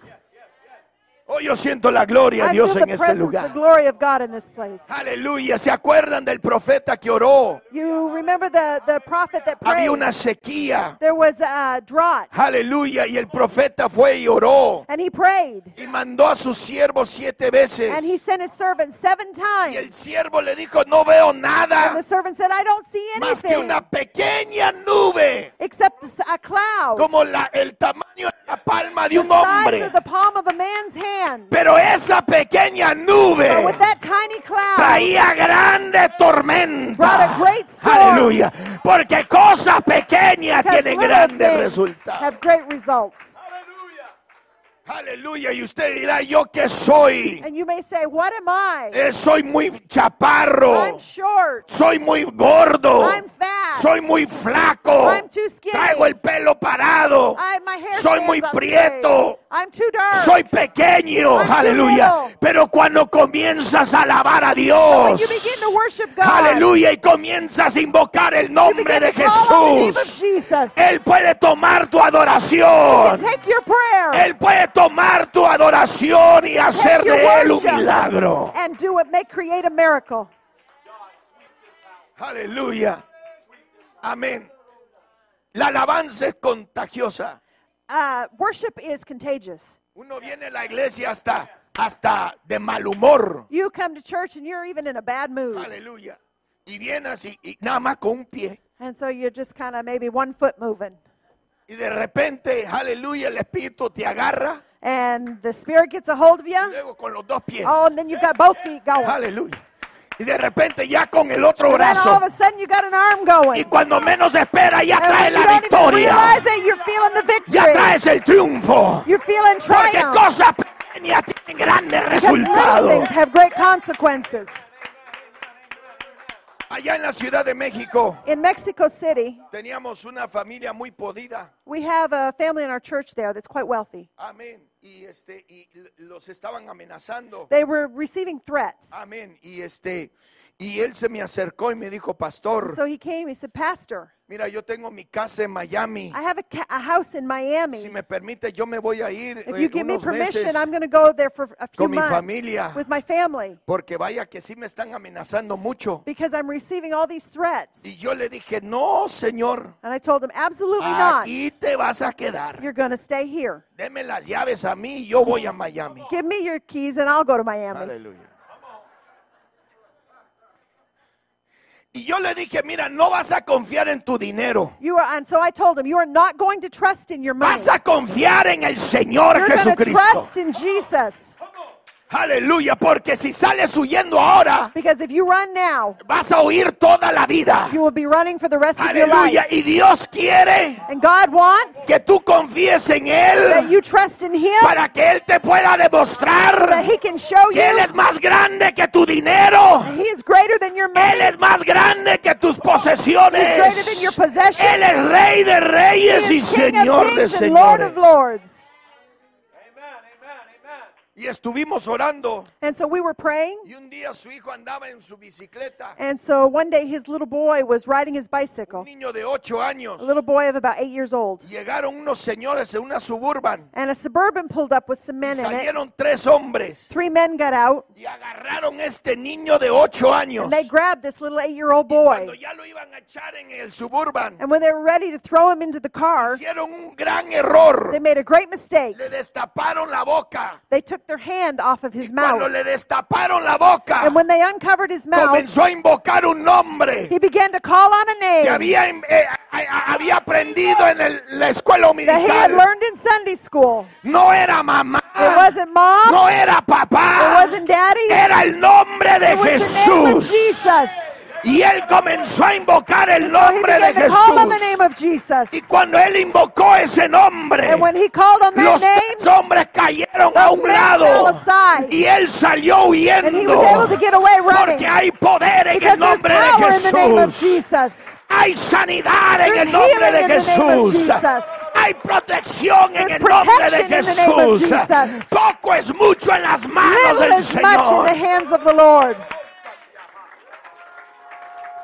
Hoy yo siento la gloria de
I feel
Dios en
the
este
presence, the
lugar.
glory of God in this place.
Aleluya. ¿Se acuerdan del profeta que oró?
You remember the, the prophet that
Había una
prayed?
sequía.
There was a drought,
Aleluya. Y el profeta fue y oró.
and he prayed.
Y mandó a su siervo siete
And he
veces.
sent his servant seven
Y
times.
el siervo le dijo, no veo
And
nada
the servant said, I don't see
más que
anything
una pequeña nube.
except the s- a cloud.
Como la- el tamaño de la palma de
the
un
size
hombre.
of the palm of a man's hand.
Pero esa pequeña
But
nube
with that tiny cloud,
traía grande
Brought
tormenta.
a great storm.
Aleluya. Porque cosas pequeñas
because
tienen
little
grandes
things
resultados.
have great results.
Hallelujah.
Aleluya. Y usted dirá, ¿yo qué soy?
And you may say, What am I?
Eh, soy muy
I'm
chaparro.
short.
Soy muy gordo.
I'm fat.
Soy muy flaco.
I'm too skinny.
Traigo el pelo parado.
I, my hair
Soy
stands
muy
up
prieto.
straight. I'm too dark.
Soy pequeño,
I'm too
aleluya.
little.
Pero cuando comienzas a alabar a
When
Dios,
you begin to worship God,
aleluya, y comienzas a invocar el
you
nombre
begin
de
to call on the name of
Jesús,
Jesus.
Él puede tomar tu adoración.
Take your prayer
Él puede tomar tu adoración y hacer
your
de Él un
worship.
milagro.
and do what may create a miracle.
Aleluya. Amén. La alabanza es contagiosa.
Uh, worship is contagious.
Uno viene a la iglesia hasta, hasta de mal humor.
You come to church and you're even in a bad mood.
Aleluya. Y viene así, y nada más con un pie.
And so you're just kind of maybe one foot moving.
Y de repente, aleluya, el espíritu te agarra.
And the spirit gets a hold of
y
you.
Luego con los dos pies.
Oh, and then you've got both feet going.
Aleluya. Y de repente ya con el otro
And then all
brazo.
of a sudden you got an arm
Y
going.
cuando menos espera ya
And
trae
when you
la
don't even
victoria.
realize it, you're feeling the
Ya
victory.
traes el triunfo.
You're feeling
Porque
triumph.
cosas pequeñas tienen grandes
Because little
resultados.
things have great consequences.
Allá en la Ciudad de México
In Mexico City,
teníamos una familia muy podida.
we have a family in our church there that's quite wealthy.
Amén. Y este y l- los estaban amenazando.
They were receiving threats.
Amén. Y este y él se me acercó y me dijo, "Pastor,
So he came, he said, Pastor,
mira, yo tengo mi casa en Miami.
I have a, ca- a house in
Si
Miami.
me permite, yo me voy a ir
If
eh,
you give me
unos meses
permission, I'm going to go there for a few
con mi
months
familia,
with my family
porque vaya que sí me están amenazando mucho."
because I'm receiving all these threats.
Y yo le dije, "No, señor.
And I told him, Absolutely not.
Aquí te vas a quedar.
You're going to stay here.
Deme las llaves a mí, y yo voy a Miami."
Give me your keys and I'll go to Miami.
Aleluya. Y yo le dije, mira, no vas a confiar en tu dinero.
You are, and so I told him, You are not going to trust in your money.
Vas a confiar en el Señor
You're going to
Jesucristo.
trust in Jesus.
Aleluya, porque si sales huyendo ahora,
Because if you run now,
vas a huir toda la vida.
you will be running for the rest of your life.
Aleluya, y Dios quiere
And God wants
que tú confíes en
that
Él
you trust in Him,
para que Él te pueda
that
demostrar
He can show
que Él
you
es más grande que tu dinero.
He is greater than your
Él
money.
es más grande que tus posesiones.
He's greater than your possessions.
Él es rey de
He
reyes y
is King
señor de
of kings and Lord
señores.
of lords.
Amen. Amen. Amen.
Y estuvimos orando
And so we were praying.
y un día su hijo andaba en su bicicleta,
And so one day his little boy was riding his
un
bicycle,
niño de ocho años.
a little boy of about eight years old.
Llegaron unos señores en una suburban,
And a suburban pulled up with some
y
men in it.
salieron tres hombres
Three men got out
y agarraron este niño de ocho años.
and they grabbed this little eight year old
Cuando
boy.
ya lo iban a echar en el suburban,
And when they were ready to throw him into the car,
hicieron un gran
they
error.
made a great mistake.
Le destaparon la boca.
They took their hand off of his
Cuando
mouth.
le destaparon la boca,
And when they uncovered his mouth,
comenzó a invocar un nombre
he began to call on a
que
name
había, em- eh, a- a- había aprendido en el- la escuela
that he had
dominical.
learned in Sunday school.
No era mamá,
It wasn't mom.
Ah. no era
It
papá,
wasn't daddy.
era el nombre de
It was the name of
Jesús.
Jesus.
Y él comenzó a invocar el
He
nombre de
began to call on the
Jesús.
name of Jesus.
Y cuando él invocó ese nombre,
And when he called on
los
that
tres
name,
hombres cayeron a un
men
lado
fell aside.
y él salió
and he was able to
huyendo.
get away running.
Porque hay poder en el
Because there's
nombre
power
de
in the name of
Jesús.
Jesus.
Hay sanidad en
There's
el nombre de
healing in the name of
Jesús.
Jesus.
Hay protección en
There's
el nombre de
protection in the name
Jesús.
of Jesus.
Poco es mucho en las manos
Little
del
is much in the
Señor.
hands of the Lord.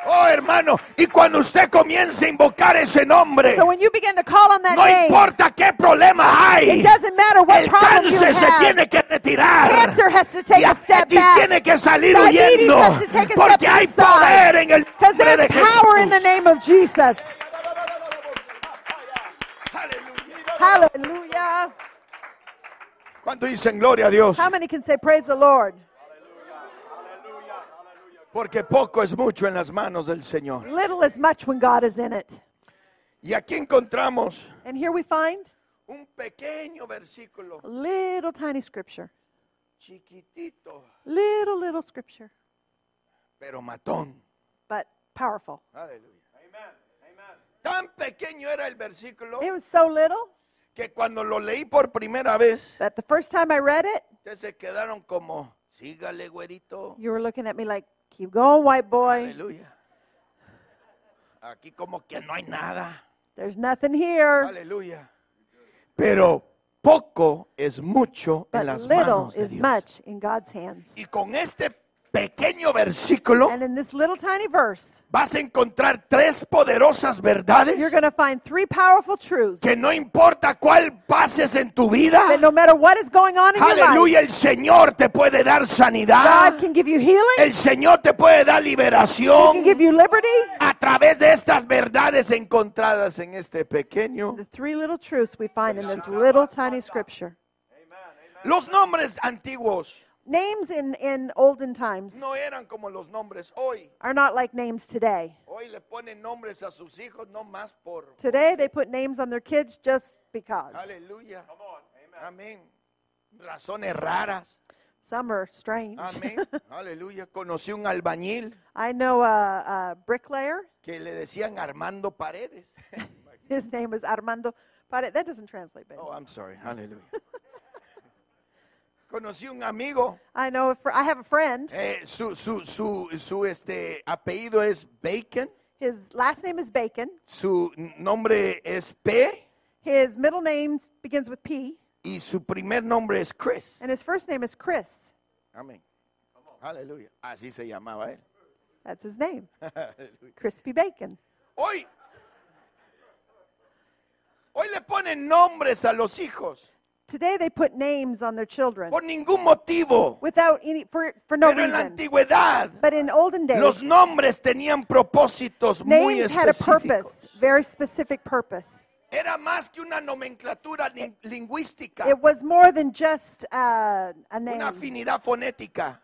Oh, hermano, y cuando usted comience a invocar ese nombre,
So when you begin to call on that
no
name,
importa qué problema
it
hay,
doesn't matter what
el
problem you
cáncer se
have.
tiene que retirar.
Cancer has to
Y
take a step
diabetes
back.
tiene que salir
Diabetes
huyendo
has to take a
porque
step
hay
to the side.
poder en el
Because
nombre de
there's power in the
Jesús.
name of Jesus.
Aleluya.
Hallelujah.
¿Cuánto dicen gloria a Dios?
How many can say praise the Lord?
Porque poco es mucho en las manos del Señor.
Little is much when God is in it.
Y aquí encontramos
And here we find
un pequeño versículo,
a little tiny scripture.
chiquitito,
Little, little scripture,
pero matón.
but powerful.
Aleluya.
Amen. Amen.
Tan pequeño era el versículo
It was so little
que cuando lo leí por primera vez,
that the first time I read it,
ustedes se quedaron como, sígale, güerito.
you were looking at me like, keep going, white boy.
Aleluya. Aquí como que no hay nada.
There's nothing here.
Aleluya. Pero poco es mucho en
But
las
little
manos de
is
Dios.
much in God's hands.
Y con este pequeño versículo
And in this little tiny verse,
vas a encontrar tres poderosas
you're
verdades
going to find three powerful truths.
que no importa cuál pases en tu vida.
That no matter what is going on in your life,
Aleluya, el Señor te puede dar sanidad.
God can give you healing, He
El Señor te puede dar
can
liberación
give you liberty.
a través de estas verdades encontradas en este pequeño.
The three little truths we find in this little tiny scripture.
Los nombres antiguos
Names in, in olden times
no eran como los nombres hoy.
are not like names today.
Hoy le ponen nombres a sus hijos no más por...
Today, they put names on their kids just because.
Aleluya. Amén. Razones raras.
Some are strange.
Amén. Aleluya. Conocí un albañil
I know a, a bricklayer.
que le decían Armando Paredes.
His name was Armando. But that doesn't translate. But
Oh, I'm sorry. Aleluya. Conocí un amigo
I know. A fr- I have a friend.
Eh, su, su, su, su este, apellido es Bacon,
His last name is Bacon.
su n- nombre es P
His middle name begins with P,
y su primer nombre es Chris.
and his first name is Chris.
Amén. Aleluya. Así se llamaba él.
That's his name,
Aleluya.
Crispy Bacon.
Hoy, hoy le ponen nombres a los hijos
Today they put names on their children
por ningún motivo.
without any for, for no
Pero en la
reason.
antigüedad,
But in olden days,
los nombres tenían propósitos muy
names had a purpose,
específicos.
very specific purpose.
Era más que una nomenclatura lin- lingüística.
It was more than just uh, a name.
una afinidad fonética.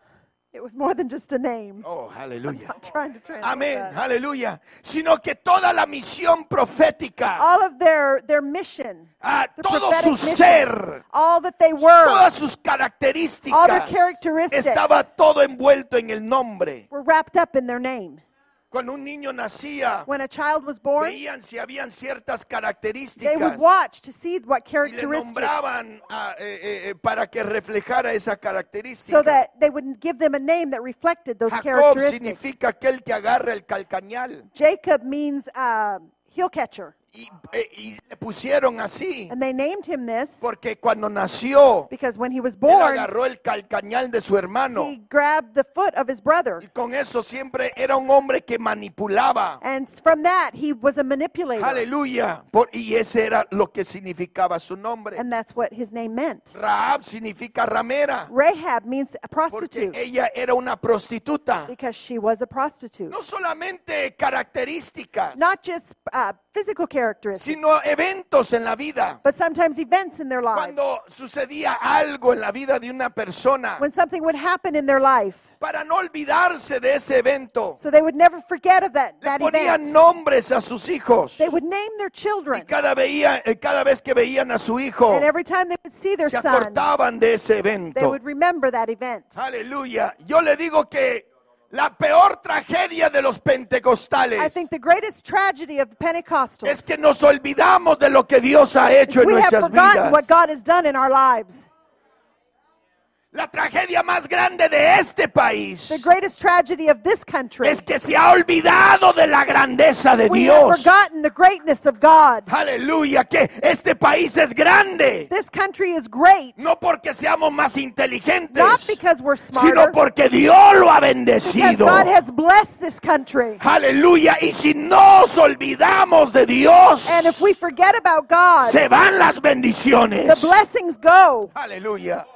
It was more than just a name.
Oh, aleluya.
I'm trying to translate.
Amén,
that.
aleluya. Sino que toda la misión profética,
All of their their mission,
ah,
the
todo
prophetic
su
mission,
ser,
all that they were,
todas sus
all their
características,
characteristics.
estaba todo envuelto en el nombre.
were wrapped up in their name.
Cuando un niño nacía,
When a child was born,
veían si habían ciertas
they
características
would watch to see what
y le
characteristics
nombraban ah, eh, eh, eh, para que reflejara esa característica.
so that they would give them a name that reflected those
Jacob
characteristics.
significa aquel que agarra el calcañal.
Jacob means um, heel catcher,
y, eh, y le pusieron así
and they named him this
porque cuando nació
because when he was
él
born,
agarró el calcañal de su hermano
he grabbed the foot of his brother,
y con eso siempre era un hombre que manipulaba
and from that he was a manipulator,
aleluya Por- y ese era lo que significaba su nombre
and that's what his name meant.
Raab significa ramera
Rahab means a
porque
prostitute
ella era una prostituta
because she was a prostitute,
no solamente características
not just uh, physical characteristics,
sino eventos en la vida
but sometimes events in their lives.
cuando sucedía algo en la vida de una persona
when something would happen in their life.
para no olvidarse de ese evento
So they would never forget of that,
Le
that
ponían
event.
nombres a sus hijos.
They would name their
Y
children.
cada, veía, eh, cada vez que veían a su hijo,
And every time they would see their
se
son,
acordaban de ese
they
evento.
would remember that event.
Aleluya. Yo le digo que la peor tragedia de los
I
pentecostales
think the greatest tragedy of the
es
Pentecostals
que nos olvidamos de lo que Dios ha
is
hecho en
we have
nuestras
forgotten what
vidas.
God has done in our lives.
La tragedia más grande de este país
The greatest tragedy of this country,
es que se ha olvidado de la grandeza de
we have
Dios.
forgotten the greatness of God.
Aleluya, que este país es grande.
This country is great,
No porque seamos más
not
inteligentes.
because we're
sino
smarter,
porque Dios lo ha
because
bendecido.
God has blessed this country.
Aleluya. Y si nos olvidamos de Dios,
And if we forget about God,
se van las
the
bendiciones.
blessings go.
Aleluya.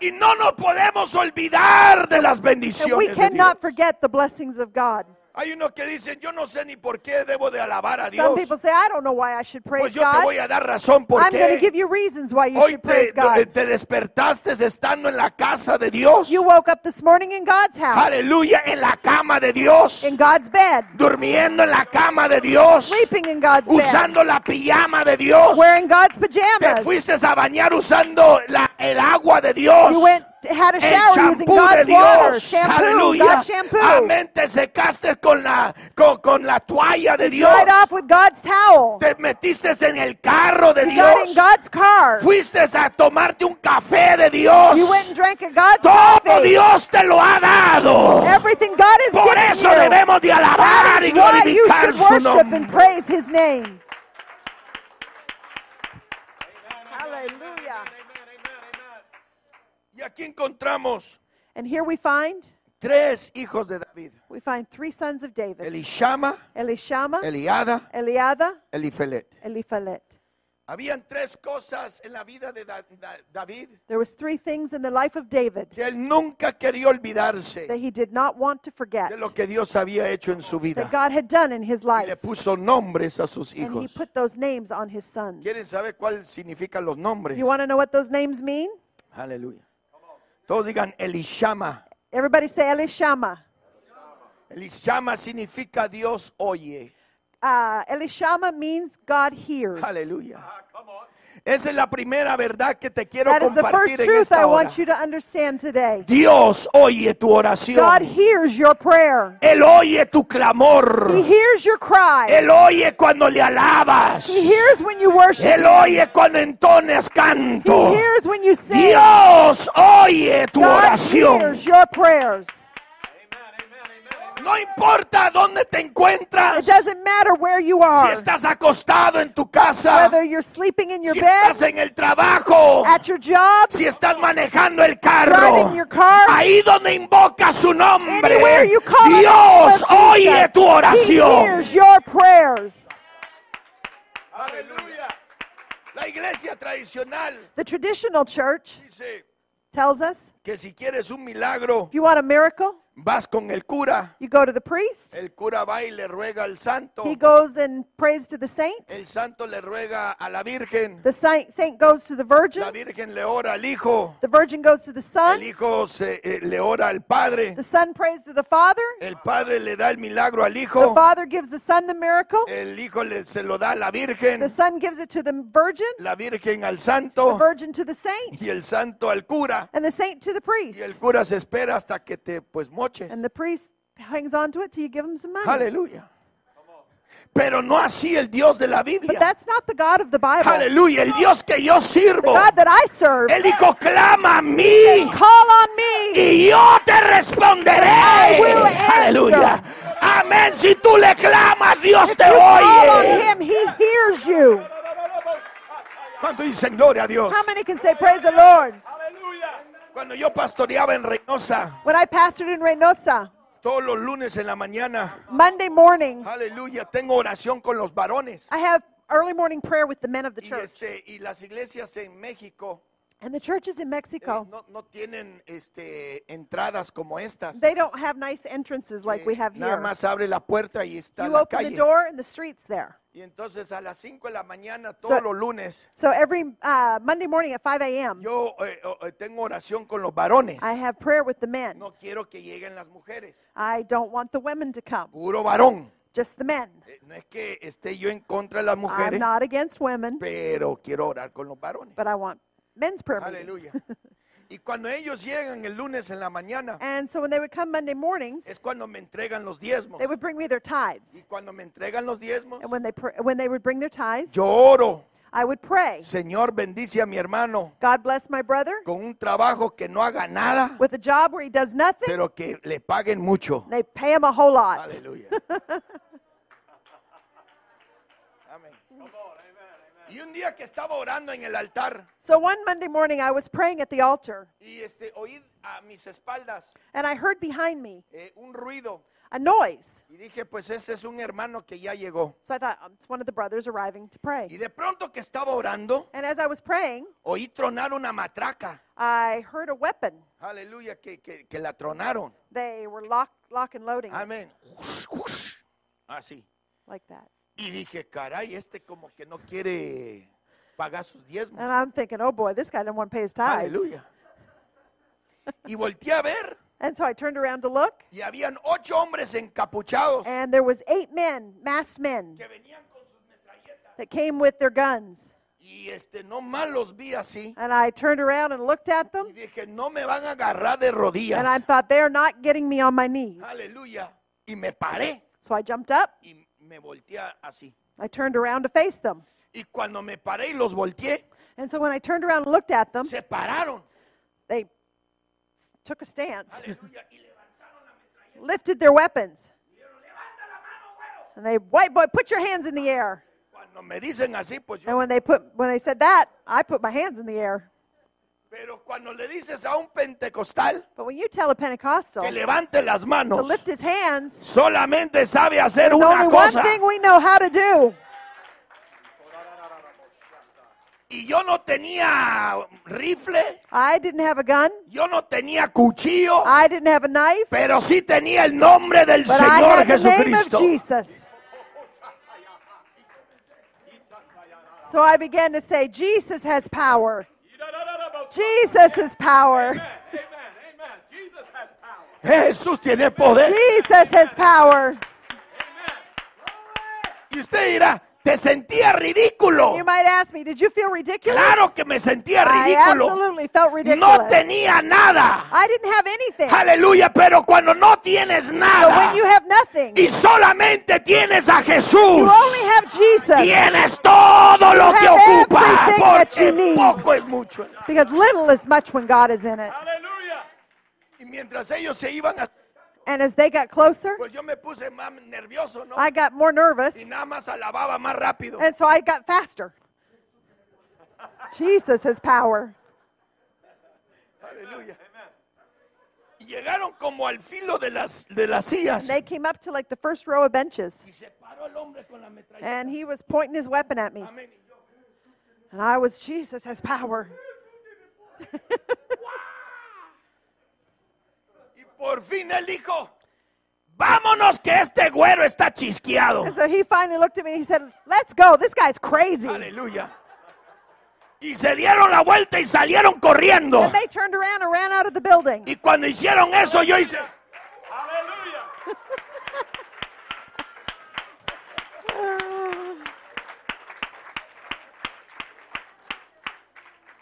Y no nos podemos olvidar de las
And we
bendiciones. de Dios.
cannot forget the blessings of God.
Hay unos que dicen, yo no sé ni por qué debo de alabar a
Some
Dios.
people say, I don't know why I should praise
Pues yo te
God.
voy a dar razón
I'm going to give
porque
you reasons why you
hoy
should praise
te, eh,
God.
te despertaste estando en la casa de Dios.
You woke up this morning in God's house,
Aleluya, en la cama de Dios.
in God's bed,
Durmiendo en la cama de Dios.
sleeping in God's bed,
usando la pijama de Dios.
wearing God's
Te
pajamas.
fuiste a bañar usando la- el agua de Dios.
You went had a
el
shower using
champú de
God's water,
Dios.
shampoo,
Aleluya.
God's shampoo,
Amén. Te secaste con la, con, con la toalla de Dios.
dried off with God's towel.
Te metiste en el carro de
You got in
Dios.
God's car.
Fuiste a tomarte un café de Dios.
You went and drank at God's
Todo
coffee.
Dios te lo ha dado.
Everything God
Por
has
eso
given you.
debemos de alabar
That
y
is why you
glorificar
should
su
worship and
nombre.
praise His name. Hallelujah.
Amen. Amen. Amen.
Y aquí encontramos
And here we find,
tres hijos de David:
we find three sons of David,
Elishama,
Elishama,
Eliada,
Eliada,
Elifelet.
Eliphalet.
Habían tres cosas en la vida de Da- Da- David
There was three things in the life of David
que él nunca quería
that
olvidarse
he did not want to forget
de lo que Dios había hecho en su vida.
that God had done in his
Y le
life.
puso nombres a sus
And he
hijos.
put those names on his sons.
¿Quieren saber cuál significan los nombres?
You want to know what those names mean?
Aleluya. Todos digan Elishama.
Everybody say Elishama.
Elishama significa Dios oye.
Uh, Elishama means God hears.
Aleluya. Esa es la primera verdad que te quiero
That is the
compartir
first
en
truth I
esta hora.
want you to understand today.
Dios oye tu oración.
God hears your prayer.
Él oye tu clamor.
He hears your cry.
Él oye cuando le alabas.
He hears when you worship.
Él oye cuando entones
He
canto.
hears when you sing.
Dios oye tu
God
oración.
hears your prayers.
No importa dónde te encuentras,
It doesn't matter where you
si
are,
estás acostado en tu casa,
whether you're sleeping in your
si estás
bed,
en el trabajo,
at your job,
si estás manejando el carro,
driving your car,
ahí donde invocas su nombre,
anywhere you call. on the name of
Dios oye
Jesus,
tu
He
oración.
hears your prayers.
La iglesia tradicional
The traditional church
dice
tells us
que si quieres un milagro,
if you want a miracle,
vas con el cura.
you go to the priest.
El cura va y le ruega al santo.
He goes and prays to the saint.
El santo le ruega a la Virgen.
The saint, saint goes to the virgin.
La Virgen le ora al Hijo.
The virgin goes to the
El
son.
Hijo se, eh, le ora al Padre.
The son prays to the father.
El Padre le da el milagro al
The
Hijo.
father gives the son the miracle.
El Hijo le- se lo da a la
The
Virgen.
son gives it to the virgin.
La Virgen al
The
santo.
virgin to the saint.
Y el santo al cura.
And the saint to the priest.
Y el cura se espera hasta que te pues moches.
And the priest hangs on to it till you give him some money.
Aleluya. Pero no así el Dios de la
But
Biblia.
that's not the God of the Bible.
Aleluya. El Dios que yo
The
sirvo.
God that I serve.
El Hijo clama a mí.
Call on me.
y yo te responderé.
I will answer.
Aleluya. Amén. Si tú le clamas, Dios te
You call on
oye.
him. He hears you.
¿Cuánto dicen gloria a Dios?
How many can say praise the Lord?
Cuando yo pastoreaba en Reynosa,
When I pastored in Reynosa,
todos los lunes en la mañana,
Monday morning,
aleluya, tengo oración con los varones.
I have early morning prayer with the men of the
Y,
church.
este, y las iglesias en México
And the churches in
eh,
Mexico,
no, no tienen este, entradas como estas.
they don't have nice entrances like we
Eh,
have
Nada
here.
más abre la puerta y está
You
la
open the
calle.
door and the street's there.
Y entonces a las 5 de la mañana, todos los lunes,
So every uh, Monday morning at 5 a.m.,
yo eh, oh, eh, tengo oración con los varones.
I have prayer with the men.
No quiero que lleguen las mujeres.
I don't want the women to come,
Puro varón.
just the men.
Eh, No es que esté yo en contra de las
I'm
mujeres,
not against women,
pero quiero orar con los varones.
but I want men's prayer meeting.
Aleluya. Y cuando ellos llegan el lunes en la mañana,
And so when they would come Monday mornings,
es cuando me entregan los diezmos.
they would bring me their tithes.
Y cuando me entregan los diezmos,
And when they, pr- when they would bring their tithes,
yo oro.
I would pray.
Señor, bendice a mi hermano
God bless my brother
con un trabajo que no haga nada,
with a job where he does nothing.
pero que le paguen mucho.
They pay him a whole lot.
Aleluya. Amén. Y un día que estaba orando en el altar
So one Monday morning, I was praying at the altar,
y este, oí a mis espaldas
and I heard behind me
eh, un ruido
a noise.
y dije, pues ese es un hermano que ya llegó.
So I thought, "Oh, it's one of the brothers arriving to
Y
pray.
de pronto que estaba orando,
And as I was praying,
oí tronar una matraca.
I heard a weapon.
Aleluya, que, que- que la tronaron.
They were lock, lock and loading, it
Amén. Ush, ush. Así.
like that.
Y dije, caray, este como que no quiere pagar sus diezmos.
And I'm thinking, oh boy, this guy didn't want to pay his tithes.
Aleluya. Y volteé a ver
And so I turned around to look,
y habían ocho hombres encapuchados
and there was eight men, masked men,
que venían con sus metralletas.
that came with their guns.
Y este, no más los vi así.
And I turned around and looked at
Y
them,
dije, no me van a agarrar de rodillas.
and I thought, they are not getting me on my knees.
Aleluya. Y me paré
So I jumped up.
y me volteé así.
I turned around to face them.
Y cuando me paré y los volteé,
And so when I turned around and looked at them,
se pararon.
they took a stance,
Aleluya. Y levantaron la metralla.
lifted their weapons. And they, white boy, put your hands in the air.
Cuando me dicen así, pues
And
yo,
when they put, when they said that, I put my hands in the air.
Pero cuando le dices a un pentecostal
But when you tell a Pentecostal
que levante las
to
manos,
lift his hands,
solamente sabe hacer
there's
una
only one
cosa.
thing we know how to do.
Y yo no tenía rifle,
I didn't have a gun.
yo no tenía cuchillo,
I didn't have a knife.
pero sí tenía el nombre del
But I
Señor
had the name of
Jesucristo.
Jesus. So I began to say, Jesus has power. Jesus has power.
Amen. Amen. Amen. Jesus has power.
Jesús tiene poder.
Jesus has power.
Amen.
Y usted dirá, te sentía ridículo.
You might ask me, did you feel ridiculous?
Claro que me sentía
I
ridículo.
absolutely felt
No
ridiculous.
tenía nada.
I didn't have anything.
Aleluya, pero cuando no tienes
But
nada
when you have nothing,
y solamente tienes a
you
Jesús,
only have Jesus
tienes todo lo
You
que
have
ocupa,
everything that you
porque
need.
poco es mucho.
because little is much when God is in it.
Hallelujah.
Y mientras ellos se iban, a-
And as they got closer,
pues yo me puse más nervioso, ¿no?
I got more nervous,
Y nada más alababa más rápido.
and so I got faster. Jesus has power.
Aleluya. Y llegaron como al filo de las, de las sillas.
And they came up to like the first row of benches,
Y se paró el hombre con la metralla.
and he was pointing his weapon at me.
Amén. Y yo,
And I was, Jesus has power.
Y por fin él dijo, vámonos que este güero está chisqueado.
And so he finally looked at me and he said, Let's go. This guy's crazy. And
Aleluya. Y se dieron la vuelta y salieron corriendo.
they turned around and ran out of the building.
Y cuando hicieron eso yo hice,
Hallelujah.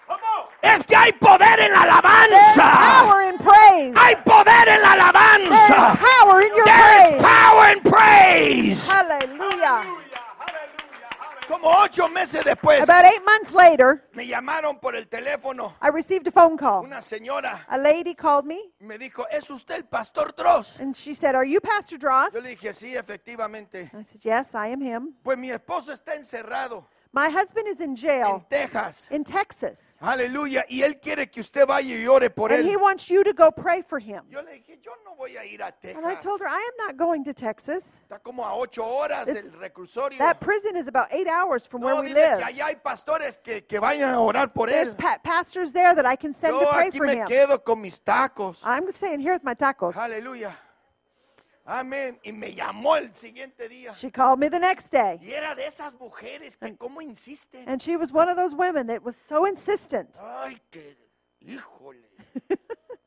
Come on.
es que hay poder en la
There's
alabanza.
power in praise.
Hay poder en la
There's
alabanza.
power in your
There's
praise.
power in praise.
Hallelujah.
Hallelujah. Hallelujah. Hallelujah.
Como ocho meses después
About eight months later,
me llamaron por el teléfono.
I received a phone call.
Una señora
A lady called me
me dijo, ¿es usted el pastor Dross?
and she said, Are you Pastor Dross?
Yo
And
le dije, sí, efectivamente.
I said, Yes, I am him.
Pues mi esposo está encerrado
My husband is in
en
jail
Texas.
in Texas,
Aleluya. Y él quiere que usted vaya y ore por
and he
él.
wants you to go pray for him.
Yo le dije, yo no voy a ir a
And I
Texas.
told her, I am not going to Texas.
Está como a ocho horas
It's-
el reclusorio.
That prison is about eight hours from
No,
where
dile que
we live.
allá hay pastores que, que vayan a orar por
There's
él.
pa- pastors there that I can send to
Yo
pray
aquí
for
me
him. Ah.
quedo con mis tacos.
I'm staying here with my tacos.
Aleluya. Amén. Y me llamó el siguiente día.
She called me the next day,
Y era de esas mujeres que cómo insisten.
and she was one of those women that was so insistent.
Ay, que híjole.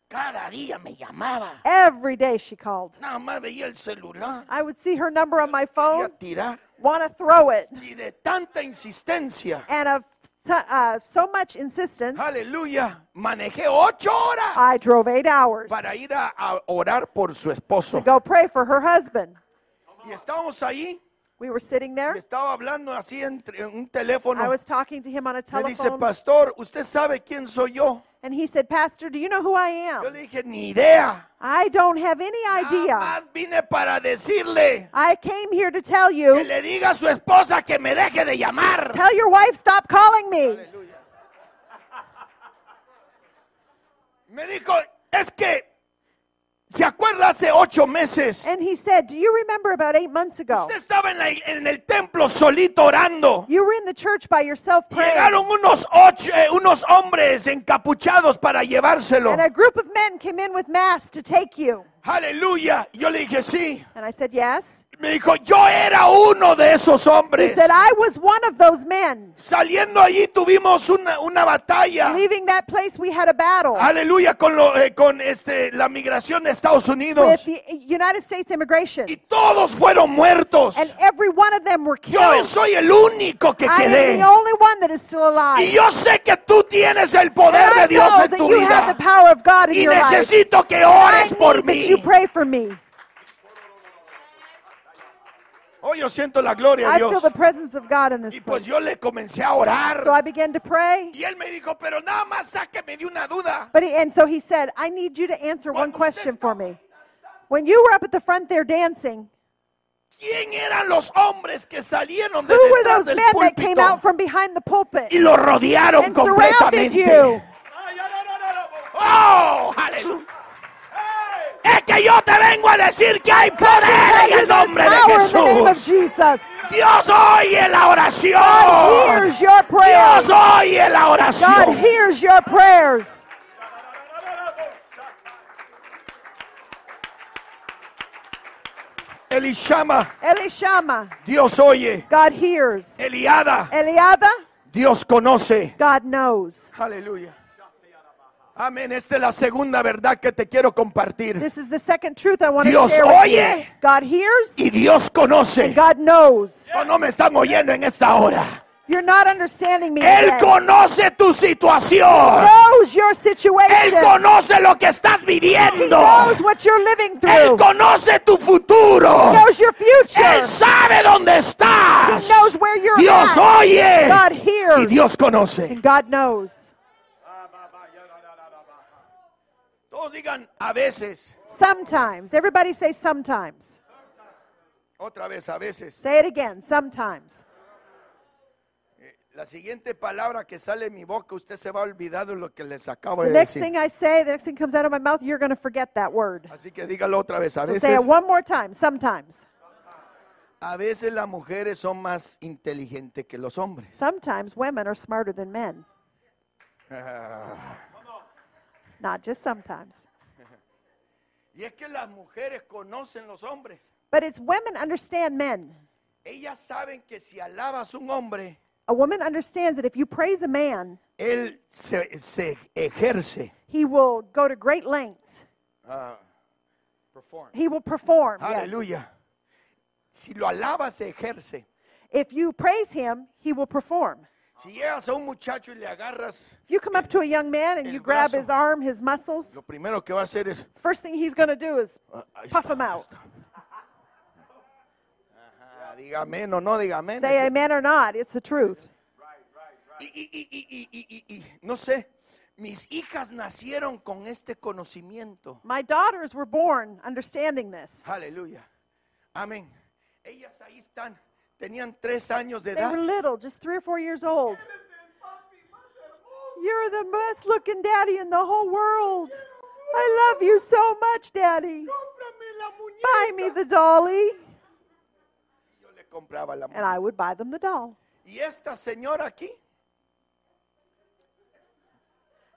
Cada día me llamaba.
Every day she called.
Nada más veía el celular.
I would see her number on my
Quería
phone,
tirar.
want to throw it.
Y de tanta insistencia.
And of so- uh, so much insistence,
Aleluya. Manejé ocho horas
I drove eight hours
para ir a, a orar por su
to
esposo.
go pray for her husband.
Y estábamos ahí.
We were sitting
y
there.
estaba hablando así entre, en un
I
teléfono.
was talking to him on a
Me dice,
telephone,
pastor, ¿usted sabe quién soy yo?
and he said, Pastor, do you know who I
Yo
am?
le dije, ni idea.
I don't have any
Nada
idea.
más vine para decirle
I came here to tell
que
you
le diga a su esposa que me deje de llamar.
Tell your wife, stop calling me.
Aleluya. Me dijo, es que, ¿se acuerda hace ocho meses?
And he said, Do you remember about eight months ago?
Usted estaba en, la ig- en el templo solito orando.
You were in the church by yourself praying.
Llegaron unos, ocho- eh, unos hombres encapuchados para llevárselo.
And a group of men came in with masks to take you.
Aleluya. Yo le dije, sí.
And I said, Yes.
Me dijo, yo era uno de esos
He
hombres.
said, I was one of those men.
Saliendo allí tuvimos una, una batalla.
Leaving that place, we had a battle
Aleluya con, lo- eh, con este, la migración de Estados
with
Unidos.
the United States immigration.
Y todos fueron muertos.
And every one of them were
Yo
killed.
soy el único que
I am
quedé.
the only one that is still alive.
Y yo sé que tú tienes el
And
poder
I
de Dios
know
en
that
tu
you have
vida.
the power of God in
Y
your life. And
necesito que
I
ores por
need that you
mí.
pray for me.
Hoy yo siento la gloria
I
de
feel
Dios.
the presence of God in this
Y pues
place.
yo le comencé a orar.
So I began to pray.
Y él me dijo, pero nada más sáqueme de una duda.
But he, and so he said, I need you to answer one
Cuando usted
question for
estaba
me. When you were up at the front there dancing,
¿Quién eran los hombres que salieron de
who were
detrás
those
del
men that came out
púlpito
from behind the pulpit
y lo rodearon
and surrounded
completamente? Oh,
you?
Ay, ay, ay,
Aleluya. Es que yo te vengo a decir que hay poder en el nombre de
Power in the name of
Jesús.
Jesus.
Dios oye la
God
oración.
hears your prayers.
Dios oye la
God
oración.
hears your prayers.
Elishama,
Elishama,
Dios oye.
God hears.
Eliada,
Eliada,
Dios conoce.
God knows.
Aleluya. Amén. Esta es la segunda verdad que te quiero compartir.
This is the second truth I want to
Dios
share with
oye.
you. God hears.
Y Dios conoce.
God knows.
No, no me están oyendo en esta hora.
You're not understanding me.
Él
today.
conoce tu situación.
knows your
Él
situation.
conoce lo que estás
He
viviendo.
knows what you're living
Él
through.
conoce tu futuro.
He knows your
Él
future.
sabe dónde estás.
He knows where you're
Dios
at.
oye.
God
Y
hears.
Dios conoce.
And God knows.
Todos digan a veces,
Sometimes. Everybody say sometimes.
otra vez, a veces.
Say it again. Sometimes.
La siguiente palabra que sale de mi boca, usted se va a olvidar de lo que les acabo
The
de
next
decir.
thing I say, the next thing comes out of my mouth, you're going to forget that word.
Así que dígalo otra vez. A
So
veces,
say it one more time. Sometimes.
a veces las mujeres son más inteligentes que los hombres.
Sometimes women are smarter than men. Not just sometimes.
Y es que las mujeres conocen los hombres.
But it's women understand men.
Ellas saben que si alabas a un hombre,
A woman understands that if you praise a man,
él se, se ejerce.
he will go to great lengths.
Ah, perform.
He will perform. yes.
Aleluya. Si lo alabas, se ejerce.
If you praise him, he will perform.
Si llegas a un muchacho y le agarras,
If you come up to a young man and
El
you grab
brazo.
his arm, his muscles,
lo primero que va a hacer es...
first thing he's going to do is
Ah, ahí
puff
está,
him
ahí
out.
está. Ajá, diga amén o no diga amén.
Say
Eso-
amen or not, it's the truth.
Y, y- y- y- y- y- y- no sé, mis hijas nacieron con este conocimiento.
My daughters were born understanding this.
Aleluya. Amén. Ellas ahí están, tenían tres años de
They were
edad.
little, just three or four years old. You're the best looking daddy in the whole world. I love you so much, daddy. Buy me the dolly.
Yo le compraba la
And
muñeca.
I would buy them the doll.
Y esta señora aquí,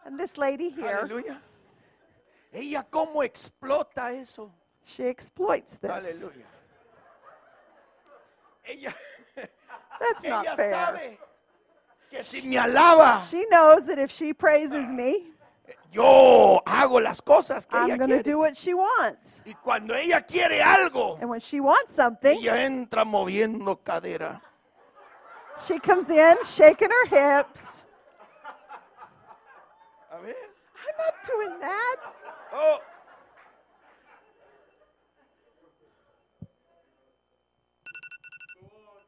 And this lady here,
aleluya. Ella cómo explota eso.
she exploits this.
Aleluya. Ella,
That's
ella
not fair.
sabe que si me alaba,
She knows that if she
Ah,
praises me,
yo hago las cosas que
I'm
ella
going
quiere.
to do what she wants.
Y cuando ella quiere algo,
And when she wants something,
ella entra moviendo cadera.
she comes in shaking her hips.
A ver.
I'm not doing that.
Oh.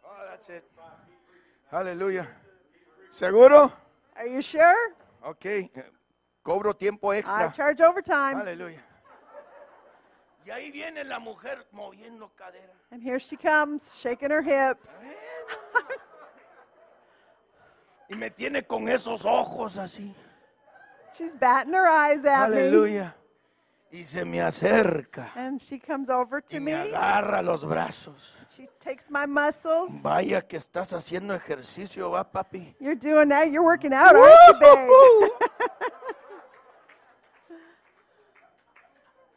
Oh, that's it. Aleluya. ¿Seguro?
Are you sure?
Ok. Cobro tiempo
I
extra.
charge overtime.
Aleluya. Y ahí viene la mujer moviendo cadera.
And here she comes, shaking her hips.
Y me tiene con esos ojos así.
She's batting her eyes at me.
Aleluya. Y se me acerca.
And she comes over
Y
to
me
me.
agarra los brazos.
She takes my muscles.
Vaya que estás haciendo ejercicio, va papi.
You're doing that. You're working out, aren't you, babe?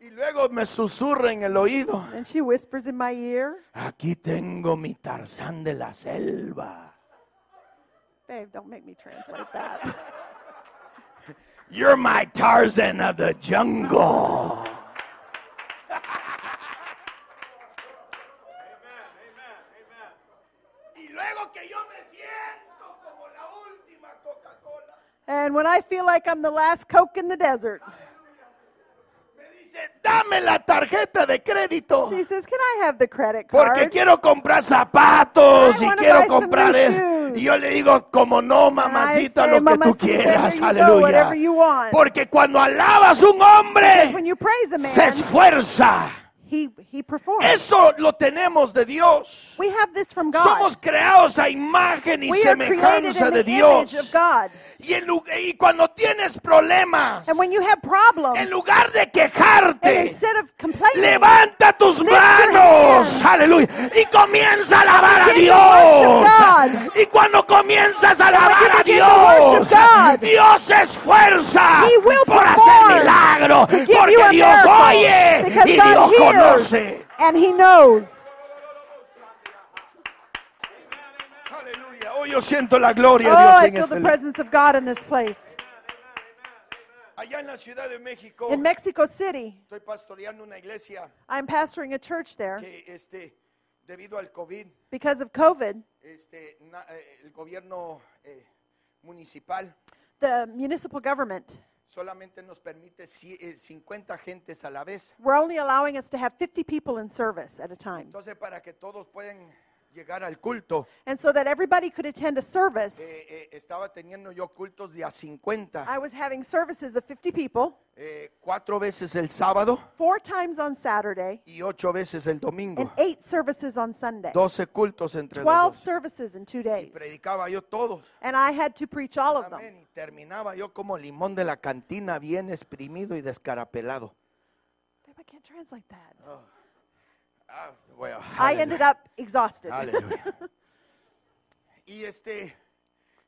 Y luego me susurra en el oído.
And she whispers in my ear,
Aquí tengo mi Tarzán de la selva.
Babe, don't make me translate that.
You're my Tarzan of the jungle. Y luego que yo me siento como la última Coca-Cola,
And when I feel like I'm the last Coke in the desert,
me dice, dame la tarjeta de crédito.
she says, Can I have the credit
Porque
card?
quiero comprar zapatos
I
y
wanna
quiero
buy some
comprar.
new
eh,
shoes.
Y yo le digo, como no, mamacita,
say,
lo que tú
"Mamacita,
quieras,
there you go,
aleluya.
whatever you want."
Porque cuando alabas un hombre,
When you praise a
se
man,
esfuerza.
he, he performed.
Eso lo tenemos de Dios.
we have this from God.
Somos creados a imagen y
we are created
semejanza
in
de
the
Dios.
image of God.
Y, en lu- y cuando tienes problemas,
And when you have problems,
en lugar de
and
quejarte,
instead of complaining,
levanta tus
your
manos,
hands.
aleluya, y comienza a alabar a
Begin to worship
Dios. Y cuando comienzas a alabar a
begin to worship
Dios,
God,
Dios se esfuerza
He will
por hacer
perform
milagros,
to give
porque
you a
Dios
miracle,
oye
because
y
God
Dios
hears,
conoce.
and He knows.
Aleluya, hoy yo siento la gloria
Oh,
de Dios
I
en
feel
este
the
lugar.
presence of God in this place.
Allá en la Ciudad de México,
In Mexico City,
estoy pastoreando una iglesia
I'm pastoring a church there
que este, debido al COVID,
because of COVID.
este, na- eh, el gobierno eh, municipal
The municipal government,
solamente nos permite ci- eh, 50 gentes a la vez.
we're only allowing us to have 50 people in service at a time.
Entonces, para que todos puedan llegar al culto,
And so that everybody could attend a service,
eh, eh, estaba teniendo yo cultos de a 50,
I was having services of 50 people,
eh, cuatro veces el sábado
four times on Saturday,
y ocho veces el
and
domingo.
eight services on Sunday.
12 cultos entre los
12
dos.
services in two
Y
days.
predicaba yo todos.
And I had to preach all of them.
Amén. Y terminaba yo como limón de la cantina, bien exprimido y descarapelado.
Babe, I can't translate that.
Ah, bueno,
I
Oh, aleluya.
ended up exhausted.
Aleluya. Y este,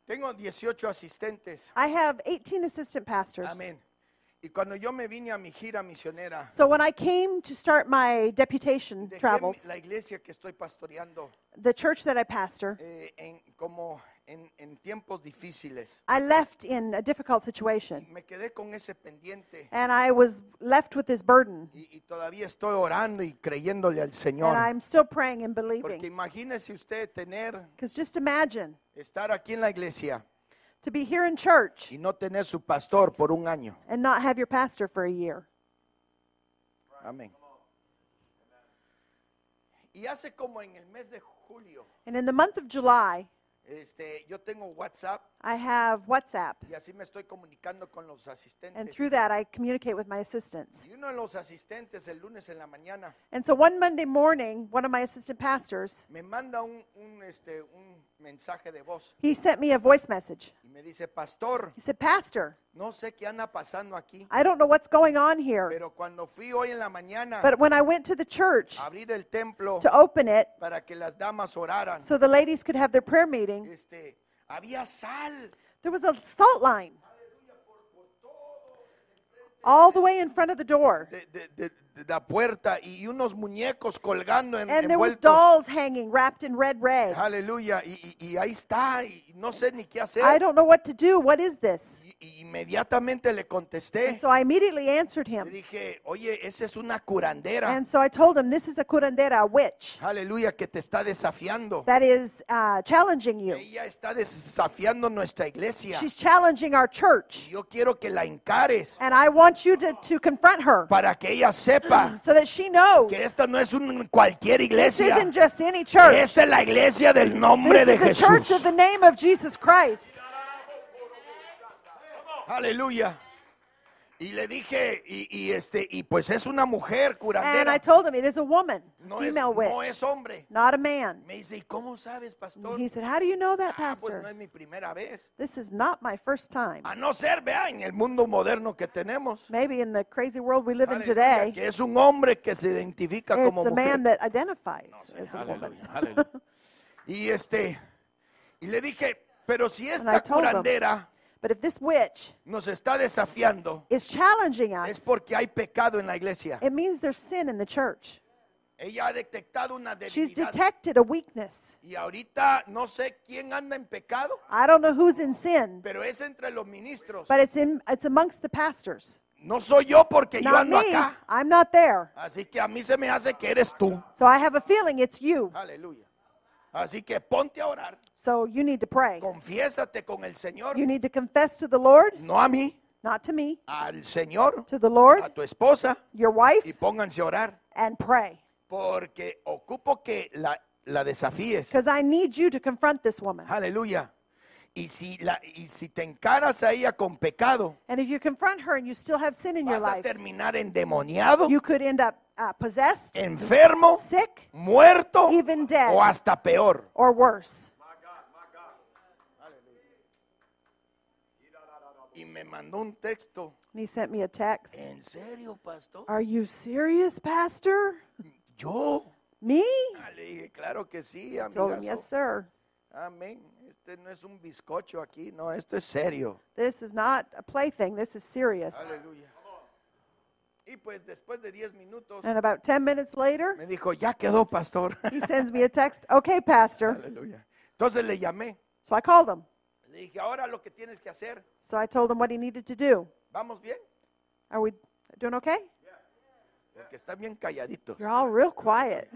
tengo 18 asistentes.
I have 18 assistant pastors.
Amén. Y cuando yo me vine a mi gira misionera,
So when I came to start my deputation
dejé mi-
travels,
la iglesia que estoy pastoreando
the church that I pastor,
eh, en, como en, en tiempos difíciles.
I left in a difficult situation.
Me quedé con ese pendiente
And I was left with this burden.
y, y todavía estoy orando y creyéndole al
And
Señor.
I'm still praying and
Porque
believing.
imagínese usted tener,
Because just imagine
estar aquí en la iglesia
to be here in church
y no tener su pastor por un año.
and not have your pastor for a year.
Amén. Y hace como en el mes de julio,
And in the month of July,
este, yo tengo WhatsApp
I have WhatsApp.
y así me estoy comunicando con los
And
asistentes.
through that, I communicate with my assistants.
Y uno de los asistentes el lunes en la mañana
And so one Monday morning, one of my assistant pastors,
me manda un, un, este, un mensaje de voz
he sent me a voice message.
y me dice, pastor,
He said, Pastor,
no sé qué anda pasando aquí,
I don't know what's going on here,
pero cuando fui hoy en la mañana
but when I went to the church
a abrir el templo
to open it
para que las damas oraran,
so the ladies could have their prayer meeting,
este, había sal.
there was a salt line all the way in front of the door.
de, de- de- de la puerta y unos muñecos colgando en,
And there was
envueltos.
dolls hanging wrapped in red rags.
Aleluya. Y, y- y ahí está. Y no sé ni qué
I
hacer.
don't know what to do. What is this?
Y, y inmediatamente le
And
contesté.
so I immediately answered
Le
him.
dije, oye, esa es una curandera.
And so I told him, This is a curandera, a witch,
Aleluya, que te está desafiando.
that is uh, challenging you.
Ella está desafiando nuestra iglesia.
She's challenging our
Y
church.
Yo quiero que la encares
And I want you to, to confront her
para que ella sepa
so that she knows
que esta no es un, cualquier
this
iglesia.
isn't just any church.
Esta es la iglesia del nombre
This
de
is the church
Jesús.
of the name of Jesus Christ.
Aleluya. Y le dije, y, y este, y pues es una mujer
And I
curandera.
told him it is a woman,
No es, no
female witch,
es hombre.
not a man.
Me dice, ¿y cómo sabes, pastor?
And he said, How do you know that,
Ah, pues no es
Pastor?
mi primera vez.
This is not my first time.
A no ser, vea, en el mundo moderno que tenemos.
Maybe in the crazy world we live in
Aleluya,
today,
que es un hombre que se identifica como
it's a
mujer.
man that identifies as a woman.
Aleluya, aleluya. Y este, y le dije, pero si
I
esta
told him.
curandera
But if this witch
nos está desafiando,
is challenging us,
es porque hay pecado en la iglesia.
it means there's sin in the church.
Ella ha detectado una
She's
debilidad.
detected a weakness.
Y ahorita no sé quién anda en pecado,
I don't know who's in sin,
pero es entre los ministros.
but it's in it's amongst the pastors.
No soy yo porque yo
Not
ando
me.
acá. Uh-uh.
I'm not there.
Así que a mí se me hace que eres tú.
So I have a feeling it's you.
Uh-huh. Aleluya. Así que ponte a orar.
So you need to pray.
Confiésate con el Señor.
You need to confess to the Lord,
No a mí,
not to me,
al Señor,
to the Lord,
a tu esposa.
your wife,
Y pónganse a orar.
and pray.
Porque ocupo que la, la desafíes.
Because I need you to confront this woman.
Aleluya. Y si, la, y si te encaras a ella con pecado,
And if you confront her and you still have sin in your
vas a
life,
terminar endemoniado.
you could end up uh, possessed,
Eh. enfermo,
sick,
muerto
even dead.
o hasta peor.
or worse.
Y me mandó un texto.
And he sent me a text.
¿En serio, pastor?
Are you serious, Pastor?
¿Yo?
Me?
Ah, Le dije, claro que sí,
Told him, yes,
amigazo.
sir.
Amén. Este no es un bizcocho aquí, no, esto es serio.
This is not a plaything. This is serious.
Aleluya. Y pues después de 10 minutos
And about 10 minutes later,
me dijo, ya quedó, pastor.
he sends me a text. Okay, Pastor.
Aleluya. Entonces le llamé.
So I called him.
Le dije, ahora lo que tienes que hacer,
So I told him what he needed to do.
¿vamos bien?
Are we doing okay?
Porque está bien calladito.
You're all real quiet.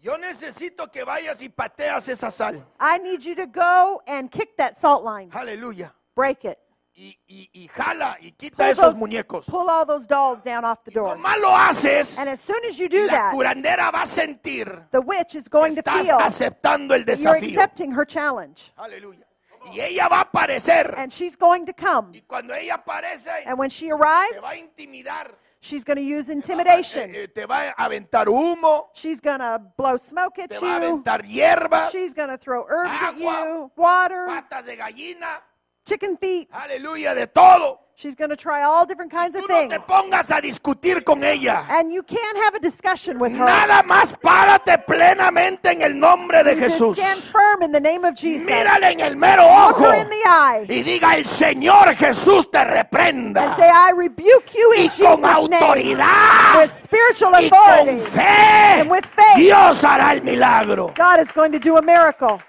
Yo necesito que vayas y pateas esa sal.
I need you to go and kick that salt line,
Aleluya.
break it.
Y, y- y jala y quita
Pull
esos
those-
muñecos.
Pull all those dolls down off the door.
Nomás lo haces,
And as soon as you do
la
that,
curandera va a sentir
the witch is
que
going to
estás
feel
aceptando el
that you're
desafío.
accepting her challenge.
Aleluya. Y ella va a aparecer.
And she's going to come.
Y cuando ella aparece,
And when she
te
arrives,
va a intimidar.
she's going to use intimidation.
Eh, eh, te va a aventar humo,
She's going to blow smoke at
te va a
you.
aventar hierbas,
She's going to throw herbs at
Agua.
you, water,
patas de gallina,
chicken feet.
aleluya, de todo.
She's going to try all different kinds of
Tú no
things.
te pongas a discutir con ella.
And you can't have a discussion with her.
Nada más párate plenamente en el nombre de
You just
Jesús.
stand firm in the name of Jesus.
Mírale en el mero
Look
ojo
her in the eye
y diga el Señor Jesús te
and say,
reprenda.
I rebuke you in
Y con
Jesus' name
autoridad
with spiritual
y con
authority.
fe
and with faith.
Dios hará el milagro.
God is going to do a miracle.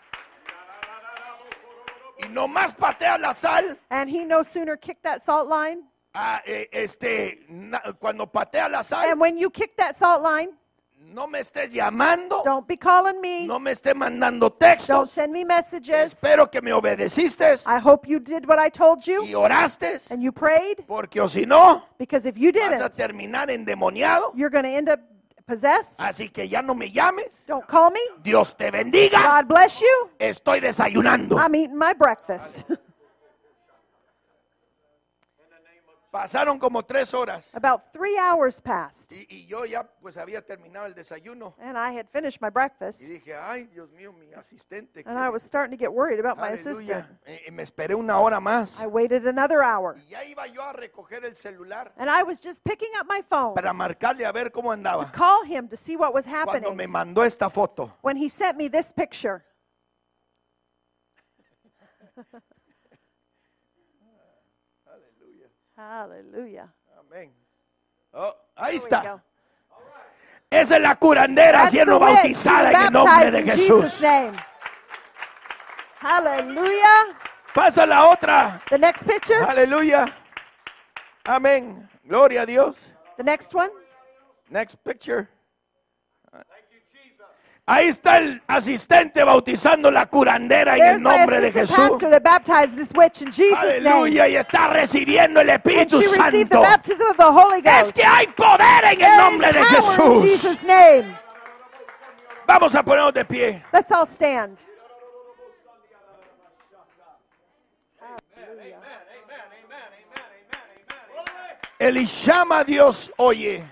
Y nomás patea la sal.
And he no sooner kicked that salt line.
Ah, eh, este, na- cuando patea la
And
sal,
when you kick that salt line,
no me estés llamando,
don't be calling me.
no me estés mandando
Don't
textos.
send me messages.
Espero que me obedeciste
I hope you did what I told
y
you
oraste,
and you prayed
porque o si no,
because if you
vas a
didn't,
terminar endemoniado.
you're going to end up possessed.
Así que ya no me llames.
Don't call me.
Dios te bendiga.
God bless you.
Estoy desayunando.
I'm eating my breakfast.
Pasaron como tres horas
About three hours passed
y, y yo ya pues había terminado el desayuno
and I had finished my breakfast
y dije, ay Dios mío, mi asistente.
and
que-
I was starting to get worried about my assistant.
Aleluya. Eh, eh, me esperé una hora más
I waited another hour
y ya iba yo a recoger el celular.
and I was just picking up my phone
para marcarle a ver cómo andaba.
call him to see what was
Cuando me
happening
mandó esta foto,
when he sent me this picture. Hallelujah.
amén. Oh, ahí
There we go.
está. Esa es la curandera
That's
siendo
the witch
bautizada
being
en el nombre
baptized
de
in
Jesús.
Jesus' name. Hallelujah.
Pasa la otra.
The next picture,
Aleluya. Amén. Gloria a Dios.
the next one.
Next picture. Ahí está el asistente bautizando la curandera en
There's
el
my
nombre de
assistant
Jesús.
pastor that baptized this witch in Jesus' name.
Aleluya. Y está recibiendo el
When she
Espíritu
received the
Santo.
baptism of the Holy
Es
Ghost.
que hay poder en el
There
nombre
is
de
power in
Jesús.
Jesus' name.
Vamos a ponernos de pie.
Let's all stand.
Elishama Dios oye.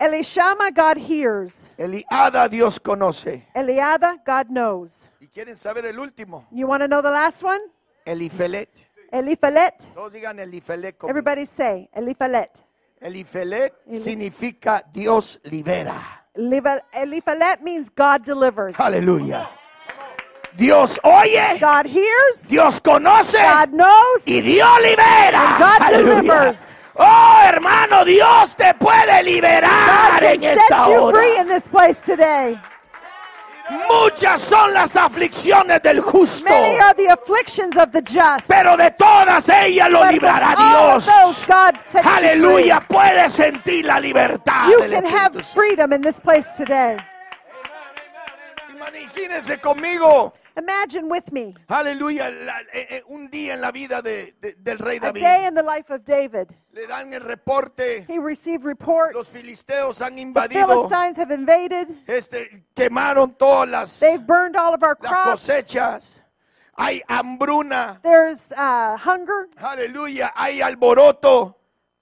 Elishama, God hears.
Eliada Dios conoce.
Eliada, God knows.
¿Y quieren saber el último?
You want to know the last one?
Elifelet.
Eliphalet.
Todos digan Elifelet conmigo.
Everybody say Eliphalet.
Elifelet
Eli-
significa Dios libera.
Liva- Eliphalet means God delivers.
Aleluya. Dios oye.
God hears,
Dios conoce.
God knows,
Y Dios libera.
And God
Aleluya.
delivers.
Oh, hermano, Dios te puede
God
liberar en
can set
esta
you free
hora.
in this place today.
Muchas son las aflicciones del justo.
Many are the afflictions of the just.
pero de todas ellas lo
But from
librará
all of
Dios.
those, God sets you free.
Aleluya, puedes sentir la libertad.
You
del
can
Espíritu
have
Santo.
freedom in this place today.
Imagínense conmigo,
Imagine with me
aleluya, la- eh, eh, un día en la vida de- de- del rey
a
David.
day in the life of David.
Le dan el reporte,
He received reports.
los filisteos han
The
invadido,
Philistines have invaded.
este, quemaron todas las,
They've burned all of our
las
crops.
cosechas, hay hambruna,
There's uh, hunger.
aleluya, hay alboroto.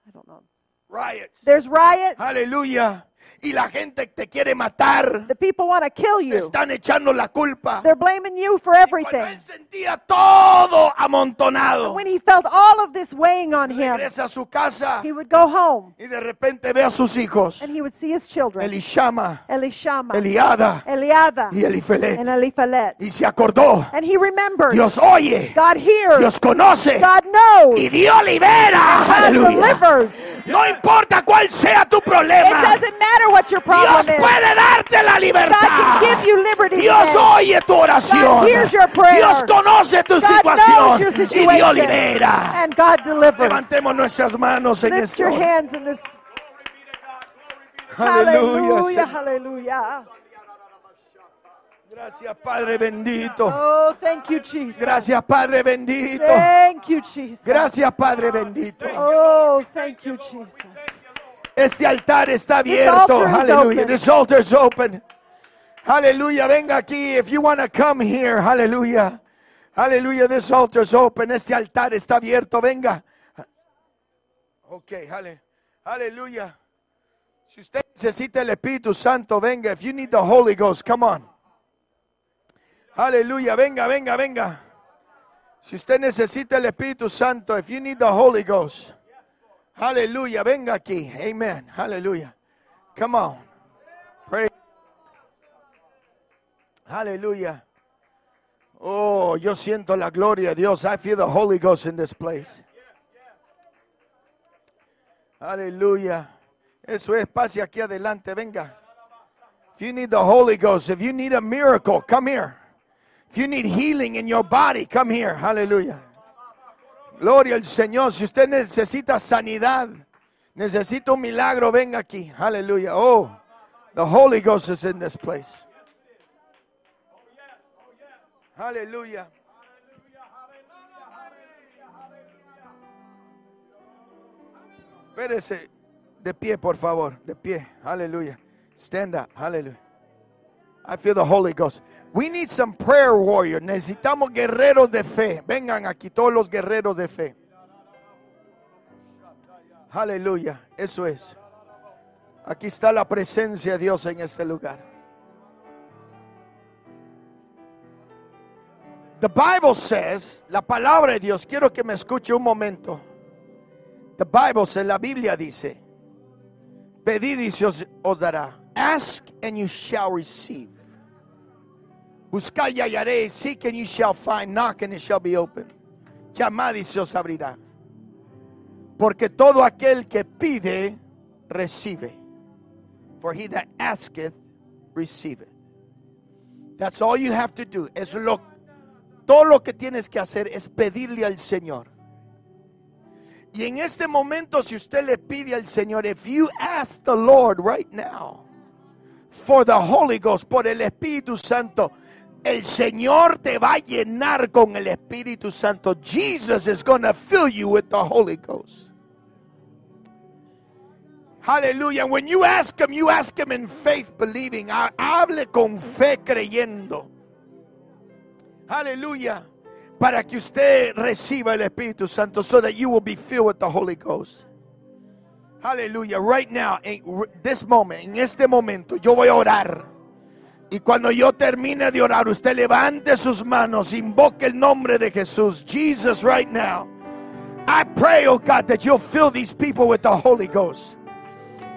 I don't know.
riots.
There's riots.
Aleluya. Y la gente te quiere matar.
The people want to kill
Te
you.
están echando la culpa.
They're blaming you for
Cuando
everything.
él sentía todo amontonado,
When he felt all of this weighing on him,
regresa a su casa
he would go home
y de repente ve a sus hijos,
and he would see his children,
Elishama,
Elishama,
Eliada y
Eliada, and
Elifelet.
Eliphalet.
Y se acordó,
And he remembered.
Dios oye,
God hears.
Dios conoce
God knows.
y Dios libera.
God
Aleluya.
delivers.
No importa cuál sea tu
It
problema,
doesn't matter what your
Dios
problem is.
puede darte la
God
libertad.
can give you liberty.
Dios
today.
oye tu oración.
God hears your prayer.
Dios conoce tu
God knows
situación y
your
Dios
situation.
libera.
And God delivers.
Levantemos nuestras manos en
Lift
este
your
hora.
hands in this.
Glory be to God. Glory be to God.
Hallelujah,
Aleluya.
hallelujah.
Gracias, Padre bendito.
Oh, thank you, Jesus.
Gracias, Padre bendito.
Thank you, Jesus.
Gracias, Padre bendito.
Oh, thank you, Jesus.
Este altar está
This
abierto.
altar is
Aleluya.
open.
This altar is open. Aleluya. Venga aquí. If you want to come here. Aleluya. Aleluya. This altar is open. Este altar está abierto. Venga. Ok. ale- Aleluya. Si usted necesita el Espíritu Santo, venga. If you need the Holy Ghost, come on. Aleluya. Venga, venga, venga. Si usted necesita el Espíritu Santo, if you need the Holy Ghost. Hallelujah. Venga aquí. Amen. Hallelujah. Come on. Pray. Hallelujah. Oh, yo siento la gloria de Dios. I feel the Holy Ghost in this place. Hallelujah. Eso es pase aquí adelante. Venga. If you need the Holy Ghost, if you need a miracle, come here. If you need healing in your body, come here. Hallelujah. Gloria al Señor. Si usted necesita sanidad, necesita un milagro, venga aquí. Aleluya. Oh, the Holy Ghost is in this place. Aleluya. Espérese de pie, por favor. De pie. Aleluya. Stand up. Hallelujah. I feel the Holy Ghost. We need some prayer warrior. Necesitamos guerreros de fe. Vengan aquí todos los guerreros de fe. Aleluya. Eso es. Aquí está la presencia de Dios en este lugar. The Bible says, la palabra de Dios, quiero que me escuche un momento. The Bible says, la Biblia dice, Pedid y se os, os dará. Ask and you shall receive. Buscad y hallaréis. Seek and you shall find. Knock and it shall be opened. Llamad y se os abrirá. Porque todo aquel que pide, recibe. For he that asketh, receiveth. That's all you have to do. Es lo, todo lo que tienes que hacer es pedirle al Señor. Y en este momento, si usted le pide al Señor, if you ask the Lord right now for the Holy Ghost, por el Espíritu Santo, el Señor te va a llenar con el Espíritu Santo. Jesus is going to fill you with the Holy Ghost. Hallelujah. When you ask Him, you ask Him in faith, believing. Ha- Hable con fe creyendo. Aleluya. Para que usted reciba el Espíritu Santo, so that you will be filled with the Holy Ghost. Aleluya. Right now, in r- this moment, en este momento, yo voy a orar. Y cuando yo termine de orar, usted levante sus manos, invoque el nombre de Jesús. Jesus, right now. I pray, oh God, that you'll fill these people with the Holy Ghost.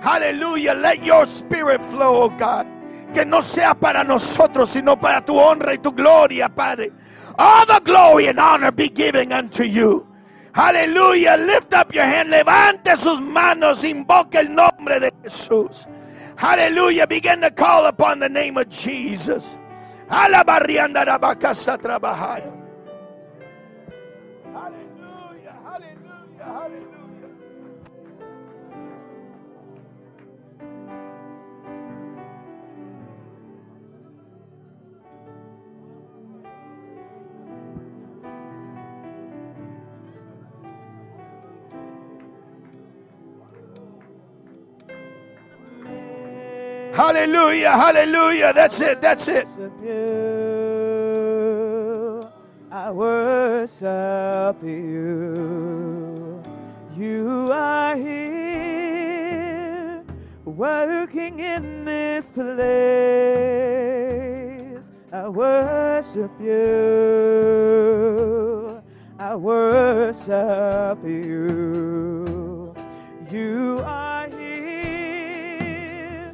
Aleluya, let your spirit flow, oh God. Que no sea para nosotros, sino para tu honra y tu gloria, Padre. All the glory and honor be given unto you. Aleluya, lift up your hand, levante sus manos, invoque el nombre de Jesús. Hallelujah, begin to call upon the name of Jesus. Alabarrianda rabacasa trabajaya. Hallelujah, hallelujah, hallelujah. Hallelujah, hallelujah. That's it, that's it.
worship you. I worship you. You are here. working in this place. I worship you. I worship you. You are here,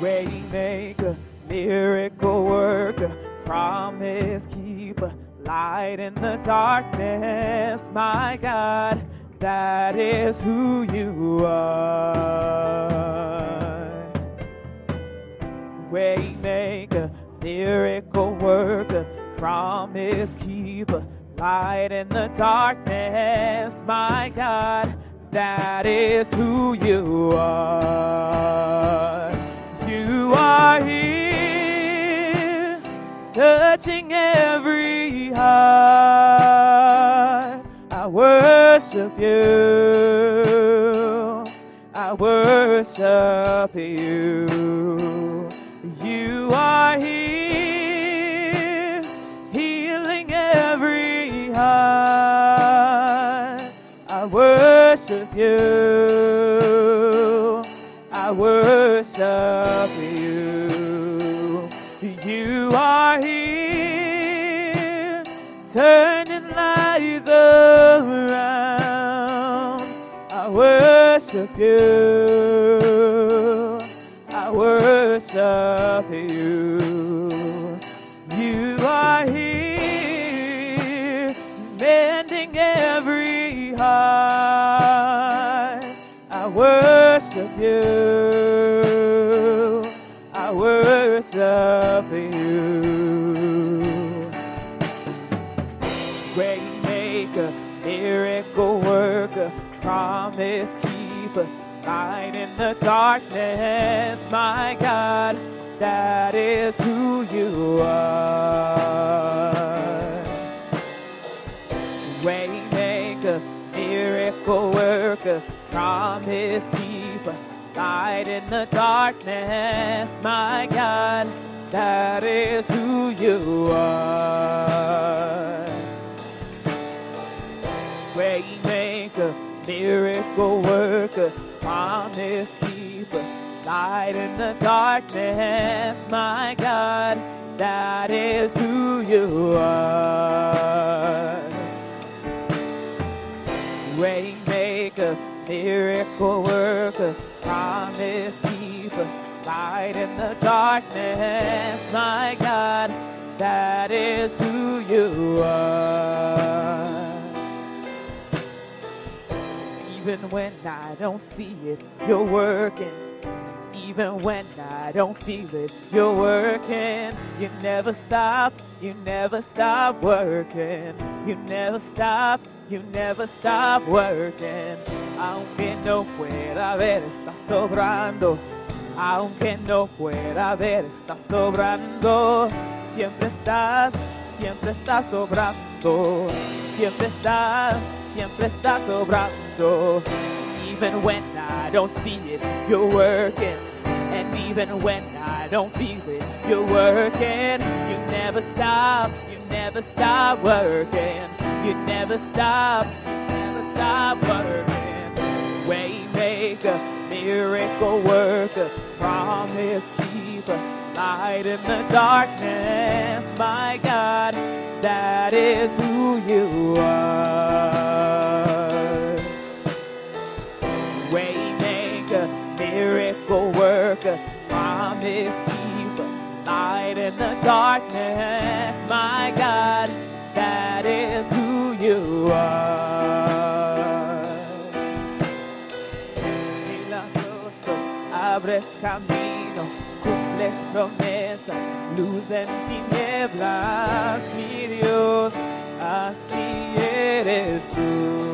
Waymaker, miracle worker, promise keeper, light in the darkness, my God, that is who you are. Waymaker, miracle worker, promise keeper, light in the darkness, my God, that is who you are. You are here, touching every heart. I worship you. I worship you. You are here, healing every heart. I worship you. I worship you. You are here, turning lives around. I worship you. I worship you. You are here, mending every heart. I worship you. I worship you. Great maker, miracle worker, promise keeper, light in the darkness, my God, that is who you are. Waymaker, miracle worker, promise keeper, light in the darkness, my God, that is who you are. Waymaker, miracle worker, promise keeper, light in the darkness, my God, that is who you are. Waymaker, miracle worker, promise keeper, light in the darkness, my God, that is who you are. Even when I don't see it, you're working. Even when I don't feel it, you're working. You never stop, you never stop working. You never stop, you never stop working. Aunque no pueda ver, está sobrando. Aunque no pueda ver, está sobrando. Siempre estás, siempre estás sobrando. Siempre estás, siempre estás sobrando. Even when I don't see it, you're working. And even when I don't feel it, you're working. You never stop, you never stop working. You never stop, you never stop working. Waymaker, miracle worker, promise keeper, light in the darkness, my God, that is who you are. Waymaker, miracle worker, promise keeper, light in the darkness, my God, that is who you are. Milagroso, abres camino, cumples promesas, luz en tinieblas, mi Dios, así eres tú.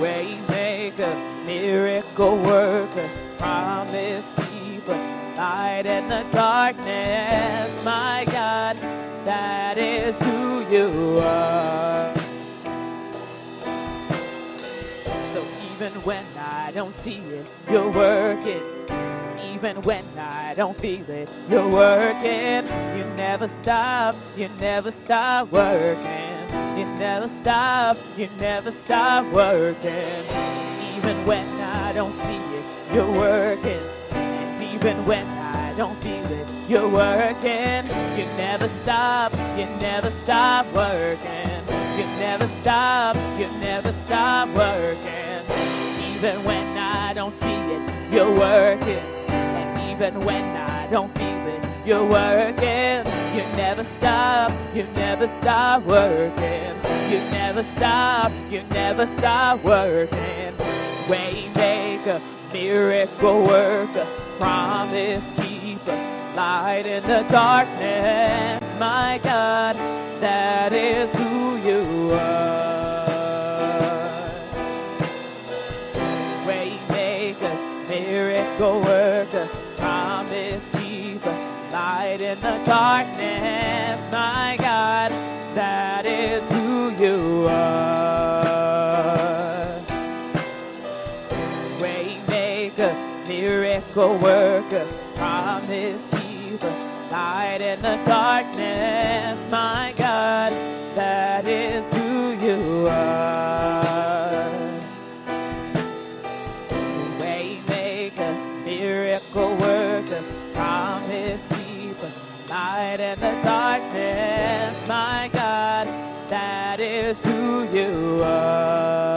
Waymaker, miracle worker, promise keeper, light in the darkness. My God, that is who you are. So even when I don't see it, you're working. Even when I don't feel it, you're working. You never stop, you never stop working. You never stop, you never stop working. Even when I don't see it, you're working. And even when I don't feel it, you're working. You never stop, you never stop working. You never stop, you never stop working. Even when I don't see it, you're working. And even when I don't feel it, you're working. You never stop, you never stop working. You never stop, you never stop working. Waymaker, miracle worker, promise keeper, light in the darkness. My God, that is who you are waymaker, miracle worker, promise keeper, light in the darkness, my God, that is who you are. Waymaker, miracle worker, promise keeper, light in the darkness, my God, that is who you are. Waymaker, miracle worker, promise keeper, light in the darkness, my God, that is who you are.